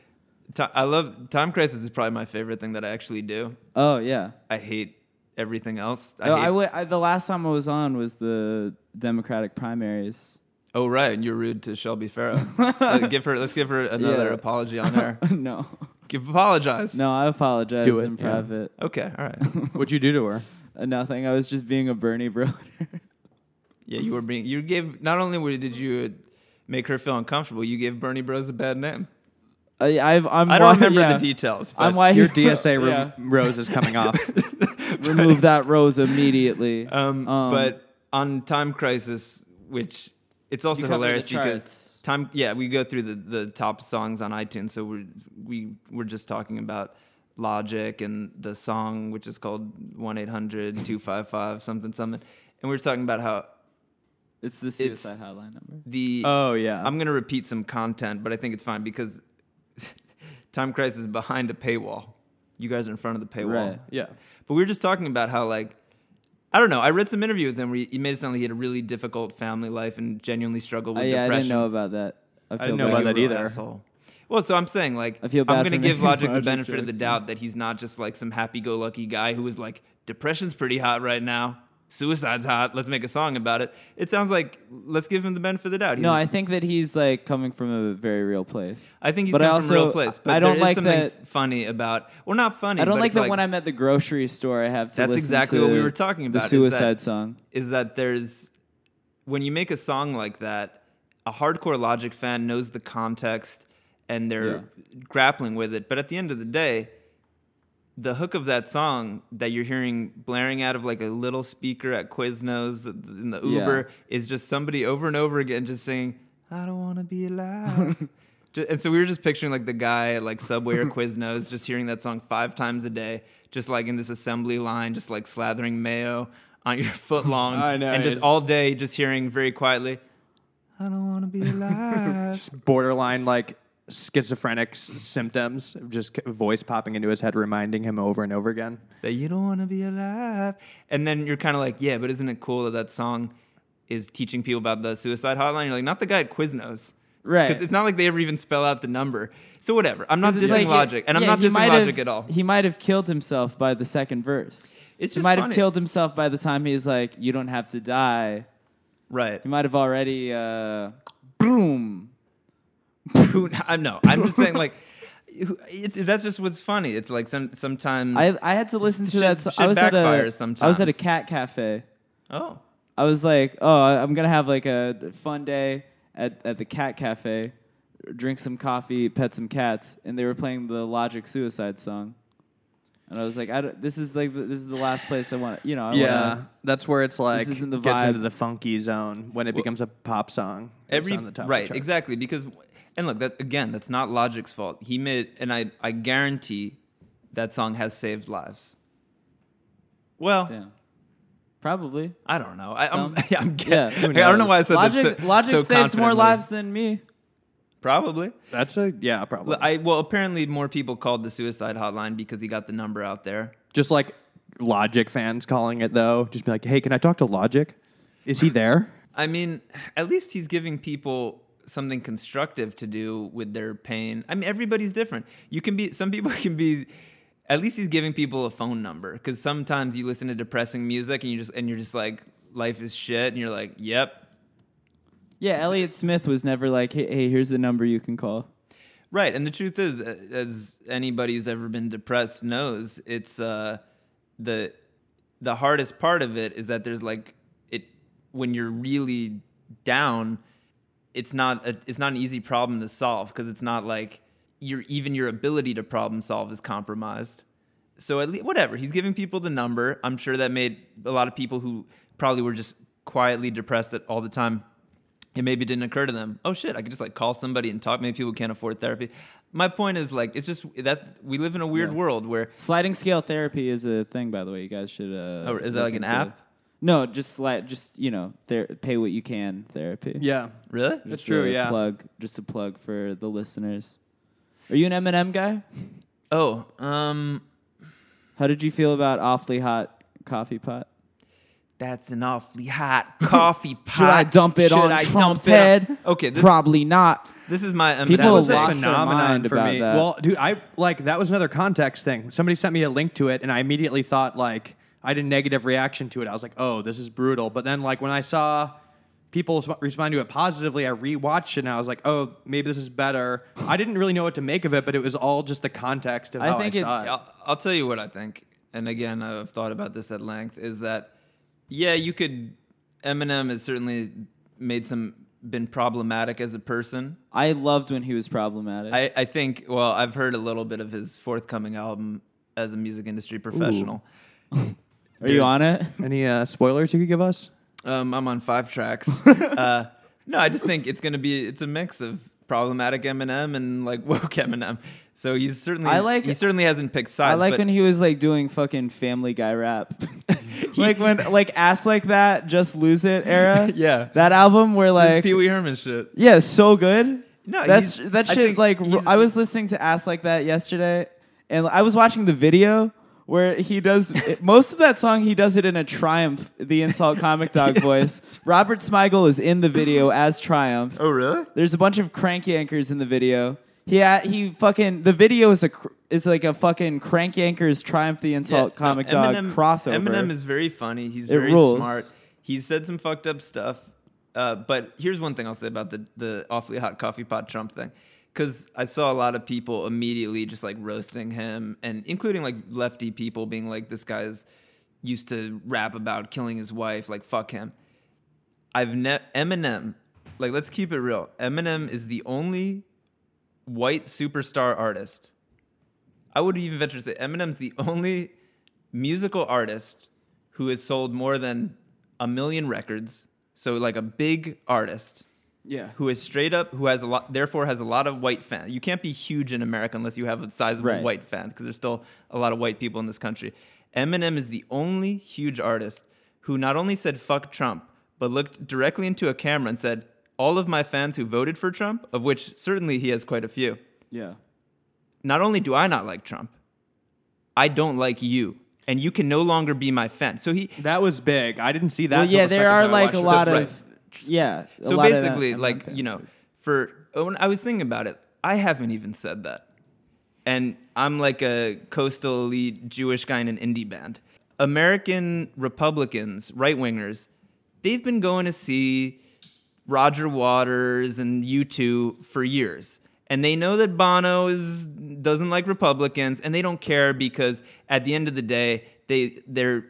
Speaker 3: ti- I love Time Crisis is probably my favorite thing that I actually do.
Speaker 2: Oh yeah.
Speaker 3: I hate everything else. I
Speaker 2: No,
Speaker 3: hate,
Speaker 2: Oh, I, w- I the last time I was on was the Democratic primaries.
Speaker 3: oh right, and you're rude to Shelby Farrow. Let- give her. Let's give her another
Speaker 2: Yeah.
Speaker 3: apology on air.
Speaker 2: no,
Speaker 3: give apologize.
Speaker 2: no, I apologize
Speaker 1: Do it,
Speaker 2: in
Speaker 1: yeah.
Speaker 2: private.
Speaker 3: Okay. All right.
Speaker 1: What'd you do to her?
Speaker 2: Uh, Nothing. I was just being a Bernie broder.
Speaker 3: Yeah, you were being. You gave. Not only were- did you make her feel uncomfortable, you gave Bernie Bros a bad name.
Speaker 2: I, I've, I'm
Speaker 3: I don't
Speaker 2: why-
Speaker 3: remember
Speaker 2: yeah.
Speaker 3: the details. But
Speaker 2: I'm why
Speaker 1: Your
Speaker 2: he-
Speaker 1: DSA ro-
Speaker 2: yeah.
Speaker 1: rose is coming off.
Speaker 2: remove that rose immediately.
Speaker 3: Um,
Speaker 2: Um,
Speaker 3: but on Time Crisis, which it's
Speaker 2: cover
Speaker 3: also
Speaker 2: the
Speaker 3: hilarious because
Speaker 2: charts.
Speaker 3: time, yeah, we go through the, the top songs on iTunes. So we're we we're just talking about Logic and the song which is called one 800 255 something something, and we we're talking about how
Speaker 2: it's the suicide hotline number.
Speaker 3: the
Speaker 1: oh yeah.
Speaker 3: I'm gonna repeat some content, but I think it's fine because Time Crisis is behind a paywall. You guys are in front of the paywall.
Speaker 2: Right.
Speaker 1: yeah.
Speaker 3: But we were just talking about how like I don't know. I read some interview with him where he, he made it sound like he had a really difficult family life and genuinely struggled
Speaker 2: Oh,
Speaker 3: with
Speaker 2: yeah, I
Speaker 3: depression.
Speaker 2: didn't know about that. I, feel
Speaker 1: didn't know
Speaker 2: bad.
Speaker 1: about
Speaker 3: Like a
Speaker 1: that
Speaker 3: real
Speaker 1: either.
Speaker 3: asshole. Well, so I'm saying like
Speaker 2: I feel bad
Speaker 3: I'm
Speaker 2: for
Speaker 3: gonna give
Speaker 2: making
Speaker 3: Logic the
Speaker 2: Logic
Speaker 3: benefit of the
Speaker 2: jokes.
Speaker 3: doubt that he's not just like some happy-go-lucky guy who was like depression's pretty hot right now. Suicide's hot. Let's make a song about it. It sounds like let's give him the benefit of the doubt. He's
Speaker 2: No,
Speaker 3: a-
Speaker 2: I think that he's like coming from a very real place.
Speaker 3: I think he's
Speaker 2: But
Speaker 3: come
Speaker 2: I
Speaker 3: from a real
Speaker 2: also-
Speaker 3: place.
Speaker 2: I-
Speaker 3: But
Speaker 2: I
Speaker 3: there
Speaker 2: don't
Speaker 3: is
Speaker 2: like
Speaker 3: something
Speaker 2: that-
Speaker 3: funny about. Well, not funny.
Speaker 2: I don't
Speaker 3: but
Speaker 2: like
Speaker 3: it's
Speaker 2: that when I'm at the grocery store, I have to.
Speaker 3: That's
Speaker 2: listen
Speaker 3: exactly what
Speaker 2: to
Speaker 3: we were talking about,
Speaker 2: The
Speaker 3: is
Speaker 2: suicide
Speaker 3: that-
Speaker 2: song.
Speaker 3: is that there's when you make a song like that, a hardcore Logic fan knows the context and they're grappling with it. But at the end of the day, the hook of that song that you're hearing blaring out of like a little speaker at Quiznos in the
Speaker 2: Yeah.
Speaker 3: Uber is just somebody over and over again just saying, "I don't want to be alive." Ju- and so we were just picturing like the guy at like Subway or Quiznos just hearing that song five times a day, just like in this assembly line, just like slathering mayo on your foot long,
Speaker 1: I know,
Speaker 3: and just
Speaker 1: it's-
Speaker 3: all day just hearing very quietly, "I don't want to be alive."
Speaker 1: Just borderline like schizophrenic s- symptoms, just c- voice popping into his head, reminding him over and over again.
Speaker 3: that you don't want to be alive. And then you're kind of like, yeah, but isn't it cool that that song is teaching people about the suicide hotline? You're like, not the guy at Quiznos.
Speaker 2: Right.
Speaker 3: 'Cause it's not like they ever even spell out the number. So whatever. I'm not dissing
Speaker 2: It's like-
Speaker 3: logic. And I'm
Speaker 2: yeah,
Speaker 3: not
Speaker 2: he
Speaker 3: dissing
Speaker 2: might
Speaker 3: logic
Speaker 2: have-
Speaker 3: at all.
Speaker 2: He might have killed himself by the second verse.
Speaker 3: It's
Speaker 2: he
Speaker 3: just
Speaker 2: might
Speaker 3: funny.
Speaker 2: have killed himself by the time he's like, "You don't have to die."
Speaker 3: Right.
Speaker 2: He might have already, uh, boom.
Speaker 3: Who- I know. I'm just saying, like, who- it, that's just what's funny. It's like some sometimes.
Speaker 2: I I had to listen to
Speaker 3: Shit-
Speaker 2: that. So-
Speaker 3: shit
Speaker 2: I was at a
Speaker 3: backfires
Speaker 2: I was at a
Speaker 3: sometimes.
Speaker 2: cat cafe.
Speaker 3: oh.
Speaker 2: I was like, oh, I- I'm gonna have like a fun day at, at the cat cafe, drink some coffee, pet some cats, and they were playing the Logic Suicide song, and I was like, I don't, this is like the, this is the last place I want. You know, I
Speaker 1: yeah,
Speaker 2: Wanna,
Speaker 1: uh, that's where it's like
Speaker 2: isn't the
Speaker 1: gets into
Speaker 2: vibe.
Speaker 1: the funky zone when it becomes a pop song. It's
Speaker 3: every
Speaker 1: on the top of the
Speaker 3: right
Speaker 1: charts.
Speaker 3: exactly because and look that again that's not logic's fault he made and i i guarantee that song has saved lives well
Speaker 2: damn. Probably.
Speaker 3: i don't know I,
Speaker 2: Some.
Speaker 3: i'm yeah, i'm ge-
Speaker 2: Yeah,
Speaker 3: i
Speaker 2: who
Speaker 3: don't know
Speaker 1: knows?
Speaker 3: why i said
Speaker 2: Logic
Speaker 3: that so,
Speaker 2: Logic
Speaker 3: so
Speaker 2: saved more
Speaker 3: confidently.
Speaker 2: lives than me.
Speaker 3: probably
Speaker 1: That's a yeah, probably.
Speaker 3: Well, i well apparently more people called the suicide hotline because he got the number out there
Speaker 1: just like Logic fans calling it though, just be like, "Hey, can I talk to Logic? Is he there?"
Speaker 3: I mean, at least he's giving people something constructive to do with their pain. I mean, everybody's different. You can be some people can be at least he's giving people a phone number cuz sometimes you listen to depressing music and you just and you're just like life is shit and you're like, "Yep."
Speaker 2: Yeah, Elliot Smith was never like, hey, hey here's the number you can call.
Speaker 3: Right. And the truth is a- as anybody who's ever been depressed knows, it's uh the the hardest part of it is that there's like it when you're really down it's not a, it's not an easy problem to solve because it's not like your even your ability to problem solve is compromised So at least whatever he's giving people the number. I'm sure that made a lot of people who probably were just quietly depressed at all the time. It maybe didn't occur to them. Oh shit! I could just like call somebody and talk. Maybe people can't afford therapy. My point is like it's just that we live in a weird
Speaker 2: Yeah.
Speaker 3: world where
Speaker 2: Sliding scale therapy is a thing, by the way. You guys should. Uh,
Speaker 3: Oh, is that
Speaker 2: look
Speaker 3: like an
Speaker 2: into.
Speaker 3: app?
Speaker 2: No, just slide. Just you know, ther- pay what you can therapy.
Speaker 1: Yeah.
Speaker 3: really
Speaker 2: Just
Speaker 1: That's true,
Speaker 2: a
Speaker 1: yeah.
Speaker 2: Plug, just a plug for the listeners. Are you an Eminem guy?
Speaker 3: Oh, um,
Speaker 2: How did you feel about awfully hot coffee pot?
Speaker 3: that's an awfully hot coffee pot.
Speaker 2: Should I dump it
Speaker 3: Should
Speaker 2: on
Speaker 3: I dump
Speaker 2: Trump's
Speaker 3: it on-
Speaker 2: head?
Speaker 3: Okay, this,
Speaker 2: probably not.
Speaker 3: this is my Eminem.
Speaker 2: People
Speaker 1: was
Speaker 2: lost
Speaker 1: a
Speaker 2: their
Speaker 1: phenomenon
Speaker 2: mind
Speaker 1: for
Speaker 2: about
Speaker 1: me.
Speaker 2: that.
Speaker 1: Well, dude, I like that was another context thing. Somebody sent me a link to it, and I immediately thought like I had a negative reaction to it. I was like, oh, this is brutal. But then like when I saw people sp- respond to it positively, I rewatched it, and I was like, oh, maybe this is better. I didn't really know what to make of it, but it was all just the context of
Speaker 2: I
Speaker 1: how
Speaker 2: think
Speaker 1: I
Speaker 2: it-
Speaker 1: saw it.
Speaker 3: I'll, I'll tell you what I think, and again, I've thought about this at length. Is that yeah, you could Eminem has certainly made some been problematic as a person.
Speaker 2: I loved when he was problematic.
Speaker 3: I, I think well, I've heard a little bit of his forthcoming album as a music industry professional.
Speaker 2: Are you
Speaker 3: there's-
Speaker 2: on it?
Speaker 1: Any uh, spoilers you could give us?
Speaker 3: Um, I'm on five tracks. uh, no, I just think it's gonna be it's a mix of problematic Eminem and like woke Eminem. So he's certainly
Speaker 2: I like-
Speaker 3: he certainly hasn't picked sides.
Speaker 2: I like
Speaker 3: but
Speaker 2: when he was like doing fucking Family Guy rap, like when like ass like that, just lose it era.
Speaker 3: Yeah.
Speaker 2: that album where
Speaker 3: This
Speaker 2: like
Speaker 3: Pee Wee Herman shit.
Speaker 2: yeah, so good.
Speaker 3: No,
Speaker 2: that's
Speaker 3: he's-
Speaker 2: that
Speaker 3: I
Speaker 2: shit.
Speaker 3: think
Speaker 2: like
Speaker 3: he's-
Speaker 2: I was listening to ass like that yesterday, and I was watching the video where he does it- most of that song. He does it in a Triumph, the insult comic dog voice. Robert Smigel is in the video as Triumph.
Speaker 3: Oh really?
Speaker 2: There's a bunch of crank yankers in the video. He ha- he fucking the video is a cr- is like a fucking crank yankers triumph the insult
Speaker 3: no,
Speaker 2: comic dog
Speaker 3: uh, Eminem-
Speaker 2: crossover.
Speaker 3: Eminem is very funny. He's
Speaker 2: It
Speaker 3: very
Speaker 2: rules.
Speaker 3: smart. He's said some fucked up stuff. Uh, but here's one thing I'll say about the the awfully hot coffee pot Trump thing, because I saw a lot of people immediately just like roasting him, and including like lefty people being like, "This guy's used to rap about killing his wife, like fuck him." I've ne- Eminem, like let's keep it real. Eminem is the only white superstar artist. I would even venture to say Eminem's the only musical artist who has sold more than a million records. So like a big artist
Speaker 2: yeah.
Speaker 3: who is straight up who has a lot therefore has a lot of white fans. You can't be huge in America unless you have a sizable
Speaker 2: Right.
Speaker 3: white fans because there's still a lot of white people in this country. Eminem is the only huge artist who not only said fuck Trump but looked directly into a camera and said all of my fans who voted for Trump, of which certainly he has quite a few.
Speaker 2: Yeah.
Speaker 3: Not only do I not like Trump, I don't like you and you can no longer be my fan. So he
Speaker 1: That was big. I didn't see that.
Speaker 2: Well,
Speaker 1: till
Speaker 2: yeah,
Speaker 1: the
Speaker 2: there
Speaker 1: second
Speaker 2: are
Speaker 1: time I
Speaker 2: like a
Speaker 1: watched it.
Speaker 2: lot
Speaker 3: So-
Speaker 2: of
Speaker 3: right.
Speaker 2: yeah. a
Speaker 3: So
Speaker 2: lot of that
Speaker 3: basically,
Speaker 2: Eminem
Speaker 3: like
Speaker 2: fans
Speaker 3: you know,
Speaker 2: are-
Speaker 3: for oh, when I was thinking about it, I haven't even said that, and I'm like a coastal elite Jewish guy in an indie band. American Republicans, right wingers, they've been going to see Roger Waters and U2 for years. And they know that Bono is doesn't like Republicans and they don't care because at the end of the day, they they're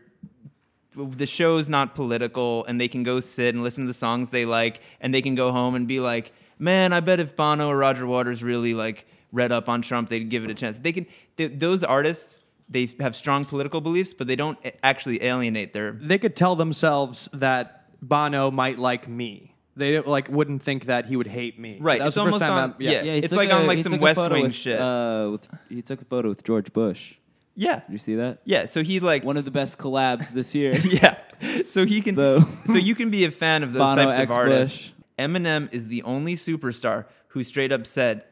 Speaker 3: the show's not political and they can go sit and listen to the songs they like and they can go home and be like, man, I bet if Bono or Roger Waters really like read up on Trump, they'd give it a chance. They can, th those artists, they have strong political beliefs, but they don't a- actually alienate their.
Speaker 1: they could tell themselves that Bono might like me. They like wouldn't think that he would hate me.
Speaker 3: Right,
Speaker 1: That was
Speaker 3: it's
Speaker 1: the first
Speaker 3: almost
Speaker 1: time.
Speaker 3: on-
Speaker 1: I'm-
Speaker 3: yeah.
Speaker 2: he
Speaker 3: it's
Speaker 2: took
Speaker 3: like on, like,
Speaker 2: he
Speaker 3: some
Speaker 2: took a
Speaker 3: West
Speaker 2: photo
Speaker 3: Wing
Speaker 2: with,
Speaker 3: shit.
Speaker 2: Uh, with, he took a photo with George Bush.
Speaker 3: Yeah.
Speaker 2: Did you see that?
Speaker 3: Yeah. So he like,
Speaker 2: One of the best collabs this year.
Speaker 3: yeah. So he can.
Speaker 2: Though-
Speaker 3: so you can be a fan of those
Speaker 2: Bono
Speaker 3: types of
Speaker 2: ex
Speaker 3: artists.
Speaker 2: Bush.
Speaker 3: Eminem is the only superstar who straight up said,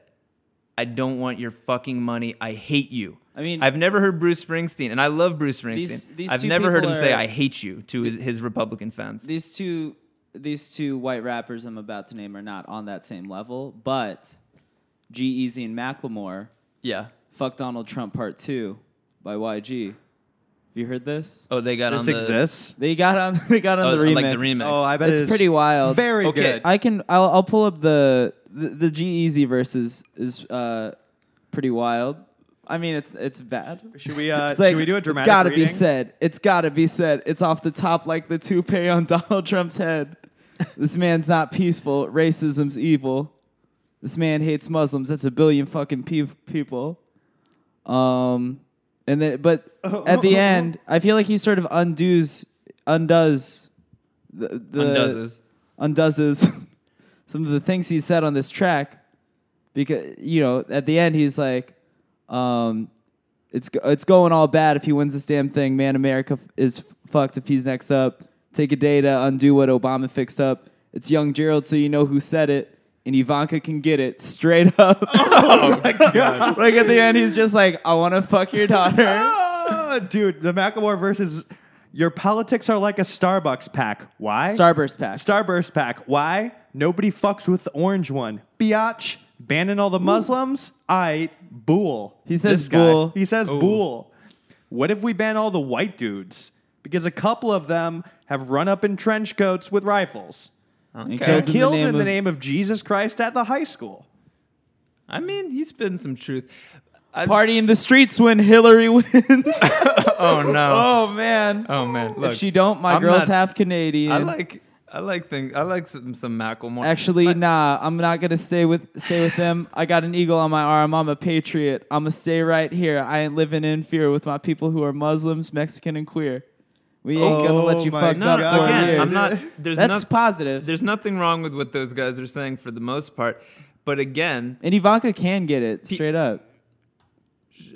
Speaker 3: "I don't want your fucking money. I hate you."
Speaker 2: I mean-
Speaker 3: I've never heard Bruce Springsteen, and I love Bruce Springsteen.
Speaker 2: These- these
Speaker 3: I've
Speaker 2: two
Speaker 3: never heard him
Speaker 2: people
Speaker 3: say
Speaker 2: are-
Speaker 3: "I hate you" to his, his Republican fans.
Speaker 2: these two these two white rappers I'm about to name are not on that same level, but G Easy and Macklemore
Speaker 3: yeah.
Speaker 2: Fuck Donald Trump Part Two by YG. Have you heard this?
Speaker 3: Oh, they got
Speaker 1: This
Speaker 3: on the.
Speaker 1: exists.
Speaker 2: They got on they got on
Speaker 3: Oh,
Speaker 2: the
Speaker 3: I
Speaker 2: remix.
Speaker 3: like the remix.
Speaker 1: Oh, I bet
Speaker 2: It's
Speaker 1: it is
Speaker 2: pretty wild.
Speaker 1: Very
Speaker 3: Okay.
Speaker 1: good.
Speaker 2: I can I'll, I'll pull up the the, the G Easy verses is uh pretty wild. I mean it's it's bad.
Speaker 1: Should we? Uh,
Speaker 2: It's like,
Speaker 1: should we do a dramatic?
Speaker 2: It's gotta
Speaker 1: reading?
Speaker 2: be said. It's gotta be said. It's off the top like the toupee on Donald Trump's head. this man's not peaceful. Racism's evil. This man hates Muslims. That's a billion fucking peop people. Um, and then but at the end, I feel like he sort of undoes undoes the, the
Speaker 3: Undoses.
Speaker 2: undoes some of the things he said on this track because you know at the end he's like um it's go- it's going all bad if he wins this damn thing man america f- is f- fucked if he's next up take a day to undo what obama fixed up it's young gerald so you know who said it and ivanka can get it straight up Oh like at the end he's just like i want to fuck your daughter
Speaker 1: Oh, dude, the Macklemore versus your politics are like a Starbucks pack. Why?
Speaker 2: starburst pack
Speaker 1: Starburst pack. Why? Nobody fucks with the orange one. Biatch. Banning all the Muslims. I bool.
Speaker 2: He says
Speaker 1: This guy.
Speaker 2: bool.
Speaker 1: He says bool. What if we ban all the white dudes? Because a couple of them have run up in trench coats with rifles.
Speaker 3: Okay.
Speaker 2: Killed in the
Speaker 1: Killed
Speaker 2: name
Speaker 1: in the
Speaker 2: of-
Speaker 1: name of Jesus Christ at the high school.
Speaker 3: I mean, he's been some truth. I-
Speaker 2: party in the streets when hillary wins
Speaker 3: Oh
Speaker 2: oh
Speaker 3: no.
Speaker 2: man
Speaker 3: Oh man. Look,
Speaker 2: if she don't my
Speaker 3: I'm
Speaker 2: girl's
Speaker 3: not-
Speaker 2: half canadian
Speaker 3: I like I like things. I like some some Macklemore.
Speaker 2: Actually,
Speaker 3: I-
Speaker 2: nah, I'm not gonna stay with stay with them. I got an eagle on my arm. I'm a patriot. I'ma stay right here. I ain't living in fear with my people who are Muslims, Mexican, and queer. We ain't gonna
Speaker 1: Oh
Speaker 2: let you
Speaker 1: my
Speaker 2: fuck
Speaker 1: God.
Speaker 2: up for
Speaker 1: Again,
Speaker 2: years.
Speaker 3: I'm not. There's
Speaker 2: That's
Speaker 3: noth-
Speaker 2: positive.
Speaker 3: There's nothing wrong with what those guys are saying for the most part, but again,
Speaker 2: and Ivanka can get it straight up.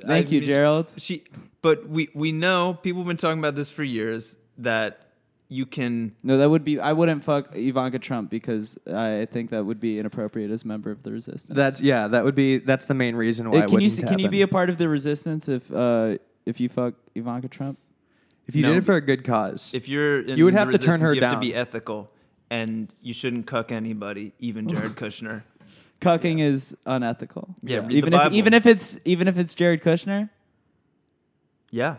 Speaker 2: Thank
Speaker 3: I
Speaker 2: you,
Speaker 3: mean,
Speaker 2: Gerald.
Speaker 3: She, but we we know people have been talking about this for years that you can.
Speaker 2: No, that would be. I wouldn't fuck Ivanka Trump because I think that would be inappropriate as a member of the resistance.
Speaker 1: That's yeah. That would be. That's the main reason why.
Speaker 2: Uh,
Speaker 1: it
Speaker 2: can you
Speaker 1: wouldn't
Speaker 2: s- can you
Speaker 1: happen.
Speaker 2: be a part of the resistance if uh, if you fuck Ivanka Trump?
Speaker 1: if you
Speaker 3: No.
Speaker 1: did it for a good cause?
Speaker 3: If you're, in
Speaker 1: You would
Speaker 3: the
Speaker 1: have to turn
Speaker 3: resistance,
Speaker 1: her
Speaker 3: you have
Speaker 1: down.
Speaker 3: to be ethical, and you shouldn't cuck anybody, even Jared Kushner.
Speaker 2: Cucking is unethical.
Speaker 3: Yeah, read the
Speaker 2: even if
Speaker 3: Bible.
Speaker 2: even if it's even if it's Jared Kushner.
Speaker 3: Yeah,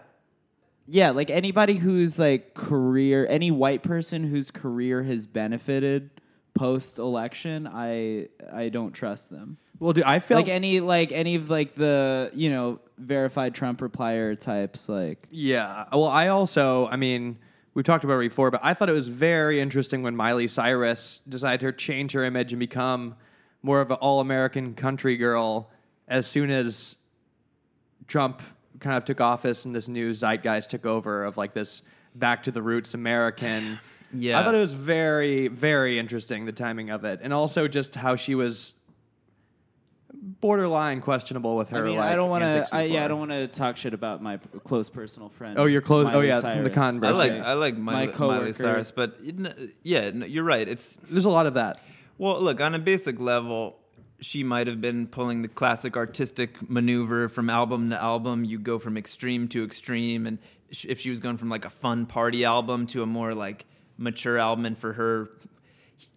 Speaker 2: Yeah, like anybody who's like career, any white person whose career has benefited post election, I I don't trust them.
Speaker 1: well, dude, I feel
Speaker 2: Like any like any of like the you know verified Trump replier types, like
Speaker 1: Yeah. Well, I also, I mean, we talked about it before, but I thought it was very interesting when Miley Cyrus decided to change her image and become more of an all American country girl as soon as Trump kind of took office and this new zeitgeist took over of like this back to the roots American.
Speaker 3: Yeah.
Speaker 1: I thought it was very, very interesting, the timing of it. And also just how she was borderline questionable with her
Speaker 2: I mean,
Speaker 1: like
Speaker 2: I don't want
Speaker 1: antics
Speaker 2: to. I, yeah, I
Speaker 1: before.
Speaker 2: don't want to talk shit about my p- close personal friend.
Speaker 1: Oh, your close- oh,
Speaker 2: Miley
Speaker 1: yeah, from the
Speaker 2: Cyrus.
Speaker 1: Converse,
Speaker 3: I like
Speaker 1: Versus-
Speaker 3: I like Miley,
Speaker 2: coworker.
Speaker 3: Miley Cyrus, but it, n- yeah, no, you're right. It's
Speaker 1: There's a lot of that.
Speaker 3: Well, look, on a basic level, she might have been pulling the classic artistic maneuver from album to album. You go from extreme to extreme, and sh- if she was going from like a fun party album to a more like mature album, and for her,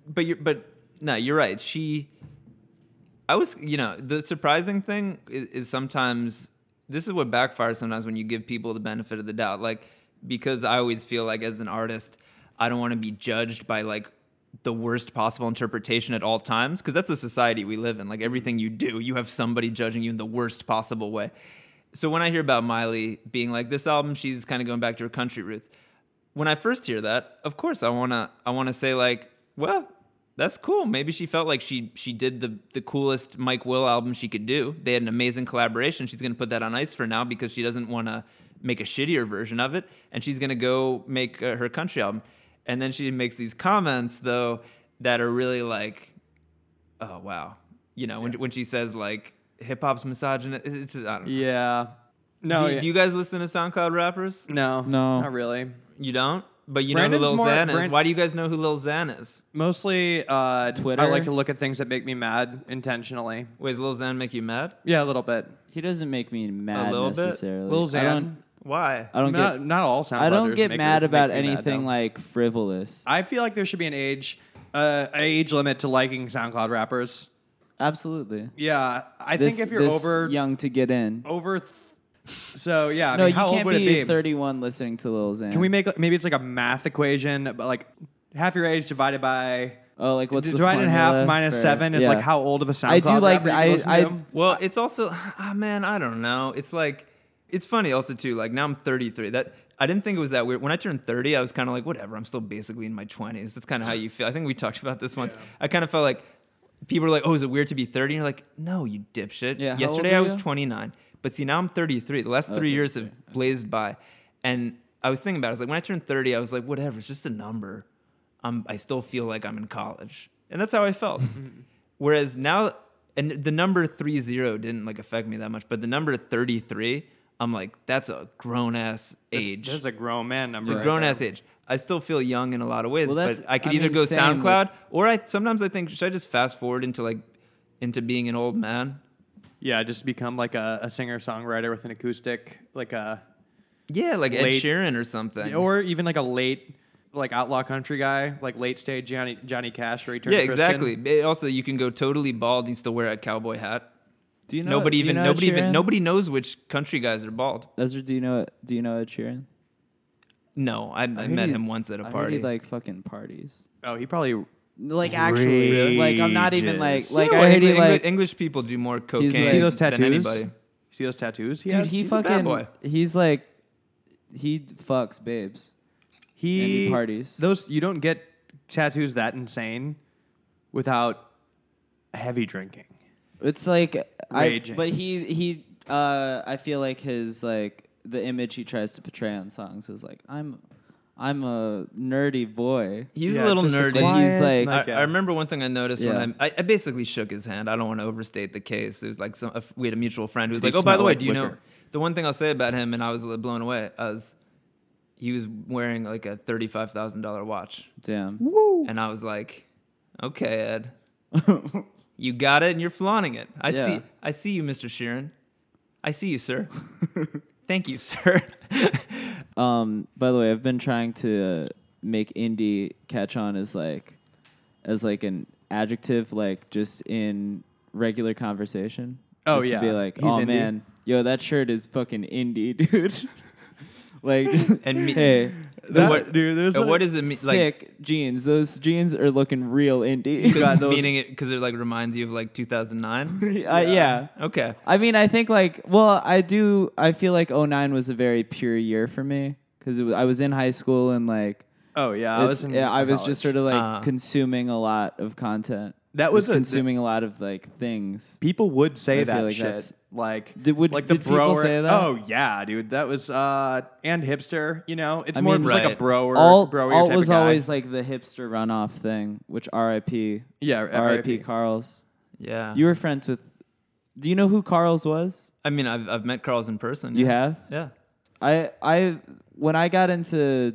Speaker 3: but you're, but no, you're right. She, I was, you know, the surprising thing is, is sometimes this is what backfires sometimes when you give people the benefit of the doubt. Like because I always feel like as an artist, I don't want to be judged by like the worst possible interpretation at all times because that's the society we live in. Like everything you do, you have somebody judging you in the worst possible way. So when I hear about Miley being like this album, she's kind of going back to her country roots. When I first hear that, of course I wanna I wanna say like, well, that's cool. Maybe she felt like she she did the the coolest Mike Will album she could do. They had an amazing collaboration. She's gonna put that on ice for now because she doesn't want to make a shittier version of it, and she's gonna go make uh, her country album. And then she makes these comments though that are really like, oh wow, you know when when she says like hip hop's misogynist. It's just, I don't know.
Speaker 1: Yeah. No.
Speaker 3: do,
Speaker 1: Oh, yeah.
Speaker 3: do you guys listen to SoundCloud rappers?
Speaker 1: no.
Speaker 2: No.
Speaker 1: Not really.
Speaker 3: You don't? But you
Speaker 1: Brandon's
Speaker 3: know who Lil
Speaker 1: more-
Speaker 3: Xan is.
Speaker 1: Brand-
Speaker 3: Why do you guys know who Lil Xan is?
Speaker 1: Mostly uh,
Speaker 2: Twitter?
Speaker 1: I like to look at things that make me mad intentionally.
Speaker 3: Wait, does Lil Xan make you mad?
Speaker 1: Yeah, a little bit.
Speaker 2: He doesn't make me mad
Speaker 3: little bit?
Speaker 2: necessarily.
Speaker 1: Lil
Speaker 2: I
Speaker 1: Xan.
Speaker 2: don't,
Speaker 3: Why?
Speaker 2: I don't
Speaker 1: not,
Speaker 2: get.
Speaker 1: not all sound.
Speaker 2: I don't
Speaker 1: brothers
Speaker 2: get
Speaker 1: make-
Speaker 2: mad
Speaker 1: make
Speaker 2: about
Speaker 1: me mad,
Speaker 2: anything
Speaker 1: though.
Speaker 2: like frivolous.
Speaker 1: I feel like there should be an age, uh, an age limit to liking SoundCloud rappers.
Speaker 2: Absolutely.
Speaker 1: Yeah, I
Speaker 2: This,
Speaker 1: think if you're
Speaker 2: this
Speaker 1: over
Speaker 2: young to get in.
Speaker 1: over, th- so yeah. I
Speaker 2: no,
Speaker 1: mean,
Speaker 2: you
Speaker 1: how old
Speaker 2: can't
Speaker 1: would
Speaker 2: be,
Speaker 1: it be?
Speaker 2: 31 listening to Lil Xan.
Speaker 1: Can we make maybe it's like a math equation, but like half your age divided by
Speaker 2: Oh, like what's the
Speaker 1: divided in half
Speaker 2: formula
Speaker 1: minus
Speaker 2: for-
Speaker 1: seven is like
Speaker 2: yeah.
Speaker 1: how old of a SoundCloud
Speaker 2: I do
Speaker 1: rapper you
Speaker 2: like the-
Speaker 1: can
Speaker 2: I-
Speaker 1: listen to
Speaker 2: I-
Speaker 1: them?
Speaker 3: Well, it's also ah man, I don't know. It's like it's funny also too. Like now I'm 33. That I didn't think it was that weird. When I turned 30, I was kind of like whatever. I'm still basically in my 20s. That's kind of how you feel. I think we talked about this once. I kind of felt like people are like, oh, is it weird to be 30? And you're like, no, you dipshit.
Speaker 2: Yeah, how old
Speaker 3: Yesterday
Speaker 2: are
Speaker 3: I was
Speaker 2: you? Oh,
Speaker 3: 29. But see, now I'm 33. The last three years have blazed by, and I was thinking about. it. I was like, when I turned 30, I was like, whatever, it's just a number. I'm, I still feel like I'm in college, and that's how I felt. Whereas now, and the number three zero didn't like affect me that much, but the number 33, I'm like, that's a grown ass age.
Speaker 1: There's a grown man number.
Speaker 3: It's a
Speaker 1: right
Speaker 3: grown
Speaker 1: there.
Speaker 3: ass age. I still feel young in a lot of ways,
Speaker 2: Well, that's-
Speaker 3: but I could
Speaker 2: I'm
Speaker 3: either go
Speaker 2: insane with-
Speaker 3: SoundCloud or I sometimes I think should I just fast forward into like into being an old man?
Speaker 1: Yeah, just become like a, a singer songwriter with an acoustic, like a
Speaker 3: Yeah, like Ed
Speaker 1: Late-
Speaker 3: Sheeran or something.
Speaker 1: or even like a late like outlaw country guy, like late stage Johnny Johnny Cash where he turned
Speaker 3: yeah,
Speaker 1: Christian.
Speaker 3: exactly. Eh, Also, you can go totally bald and still wear a cowboy hat.
Speaker 2: Do you know
Speaker 3: nobody
Speaker 2: do you
Speaker 3: even
Speaker 2: know Ed
Speaker 3: nobody even
Speaker 2: Sheeran?
Speaker 3: nobody knows which country guys are bald.
Speaker 2: Ezra, do you know do you know Ed Sheeran?
Speaker 3: No, I, I,
Speaker 2: heard
Speaker 3: met
Speaker 2: he's-
Speaker 3: him once at
Speaker 2: I heard
Speaker 3: a
Speaker 2: he,
Speaker 3: party.
Speaker 2: like fucking parties.
Speaker 1: Oh, he probably
Speaker 2: Like actually, like I'm not even like
Speaker 1: Outrageous.
Speaker 2: like
Speaker 3: No,
Speaker 2: I heard he
Speaker 3: Engli-
Speaker 2: like
Speaker 3: English people do more cocaine
Speaker 2: like-
Speaker 1: see those
Speaker 3: than
Speaker 1: tattoos?
Speaker 3: anybody.
Speaker 1: See those tattoos? He
Speaker 2: dude
Speaker 1: has?
Speaker 2: he
Speaker 3: he's a bad
Speaker 2: fucking
Speaker 3: boy.
Speaker 2: he's like he fucks babes.
Speaker 1: he
Speaker 2: and he parties.
Speaker 1: Those you don't get tattoos that insane without heavy drinking.
Speaker 2: It's like
Speaker 1: Raging.
Speaker 2: I but he he uh I feel like his like the image he tries to portray on songs is like I'm I'm a nerdy boy.
Speaker 3: He's
Speaker 1: Yeah,
Speaker 3: a little
Speaker 1: just a
Speaker 3: nerdy.
Speaker 2: But he's like
Speaker 3: I,
Speaker 1: Okay.
Speaker 3: I remember one thing I noticed
Speaker 2: Yeah.
Speaker 3: when I, I, I basically shook his hand. I don't want to overstate the case. It was like some, we had a mutual friend who was
Speaker 1: Did he
Speaker 3: like, "Oh, by the
Speaker 1: smell
Speaker 3: way,
Speaker 1: like
Speaker 3: do you know?"
Speaker 1: liquor?
Speaker 3: The one thing I'll say about him, and I was a little blown away, as he was wearing like a thirty-five thousand dollar watch,
Speaker 2: damn.
Speaker 1: Woo!
Speaker 3: and I was like, "Okay, Ed, you got it, and you're flaunting it. I
Speaker 2: Yeah.
Speaker 3: see, I see you, Mr. Sheeran. I see you, sir. Thank you, sir."
Speaker 2: Um, by the way, I've been trying to make indie catch on as like as like an adjective, like just in regular conversation.
Speaker 1: Oh,
Speaker 2: Just to be
Speaker 1: yeah.
Speaker 2: like,
Speaker 1: He's
Speaker 2: oh
Speaker 1: indie."
Speaker 2: man, yo, that shirt is fucking indie, dude. like,
Speaker 3: And me-
Speaker 2: hey,
Speaker 1: That,
Speaker 2: those
Speaker 3: What-
Speaker 1: dude, there's
Speaker 3: And
Speaker 1: a-
Speaker 3: what does it mean? Like,
Speaker 2: sick jeans. Those jeans are looking real indie.
Speaker 1: God, those-
Speaker 3: meaning it because it like reminds you of like two thousand nine.
Speaker 2: Uh, yeah.
Speaker 3: Okay.
Speaker 2: I mean, I think like, well, I do. I feel like 09 was a very pure year for me because I was in high school and like
Speaker 1: Oh yeah, I was
Speaker 2: It's- yeah, I was just sort of like
Speaker 3: Ah.
Speaker 2: consuming a lot of content.
Speaker 1: That
Speaker 2: I
Speaker 1: was a-
Speaker 2: consuming a lot of like things.
Speaker 1: people would say
Speaker 2: I feel
Speaker 1: that
Speaker 2: like
Speaker 1: shit.
Speaker 2: that's-
Speaker 1: like
Speaker 2: Did- would-
Speaker 1: like
Speaker 2: did
Speaker 1: the
Speaker 2: people
Speaker 1: broer.
Speaker 2: say that?
Speaker 1: Oh yeah, dude. That was uh and hipster, you know. It's more
Speaker 2: mean-
Speaker 1: just like
Speaker 3: Right.
Speaker 1: a broer
Speaker 2: All
Speaker 1: broer
Speaker 2: alt
Speaker 1: type
Speaker 2: was
Speaker 1: of guy.
Speaker 2: always like the hipster runoff thing, which R.I.P.
Speaker 1: Yeah,
Speaker 2: R.I.P.
Speaker 1: RIP.
Speaker 2: Carl's.
Speaker 3: Yeah.
Speaker 2: You were friends with. Do you know who Carl's was?
Speaker 3: I mean, I've I've met Carl's in person.
Speaker 2: You
Speaker 3: yeah.
Speaker 2: have.
Speaker 3: Yeah.
Speaker 2: I I when I got into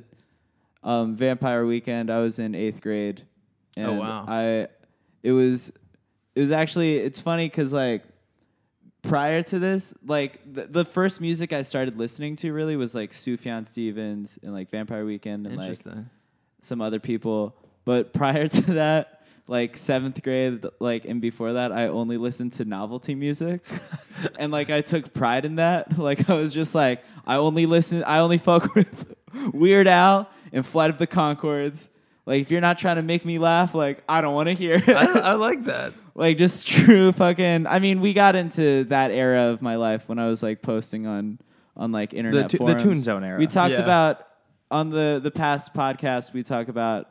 Speaker 2: um, Vampire Weekend, I was in eighth grade, and
Speaker 3: Oh, wow.
Speaker 2: I it was it was actually it's funny because like prior to this, like the, the first music I started listening to really was like Sufjan Stevens and like Vampire Weekend and like
Speaker 3: Interesting.
Speaker 2: some other people, but prior to that. Like seventh grade, like and before that, I only listened to novelty music, and like I took pride in that. Like I was just like, I only listen, I only fuck with Weird Al and Flight of the Concords. Like if you're not trying to make me laugh, like I don't want to hear it.
Speaker 3: I, I like that.
Speaker 2: like just true fucking. I mean, we got into that era of my life when I was like posting on on like internet
Speaker 1: tu- the
Speaker 2: forums.
Speaker 1: Toon Zone era.
Speaker 2: We talked
Speaker 3: Yeah.
Speaker 2: about on the the past podcast. We talk about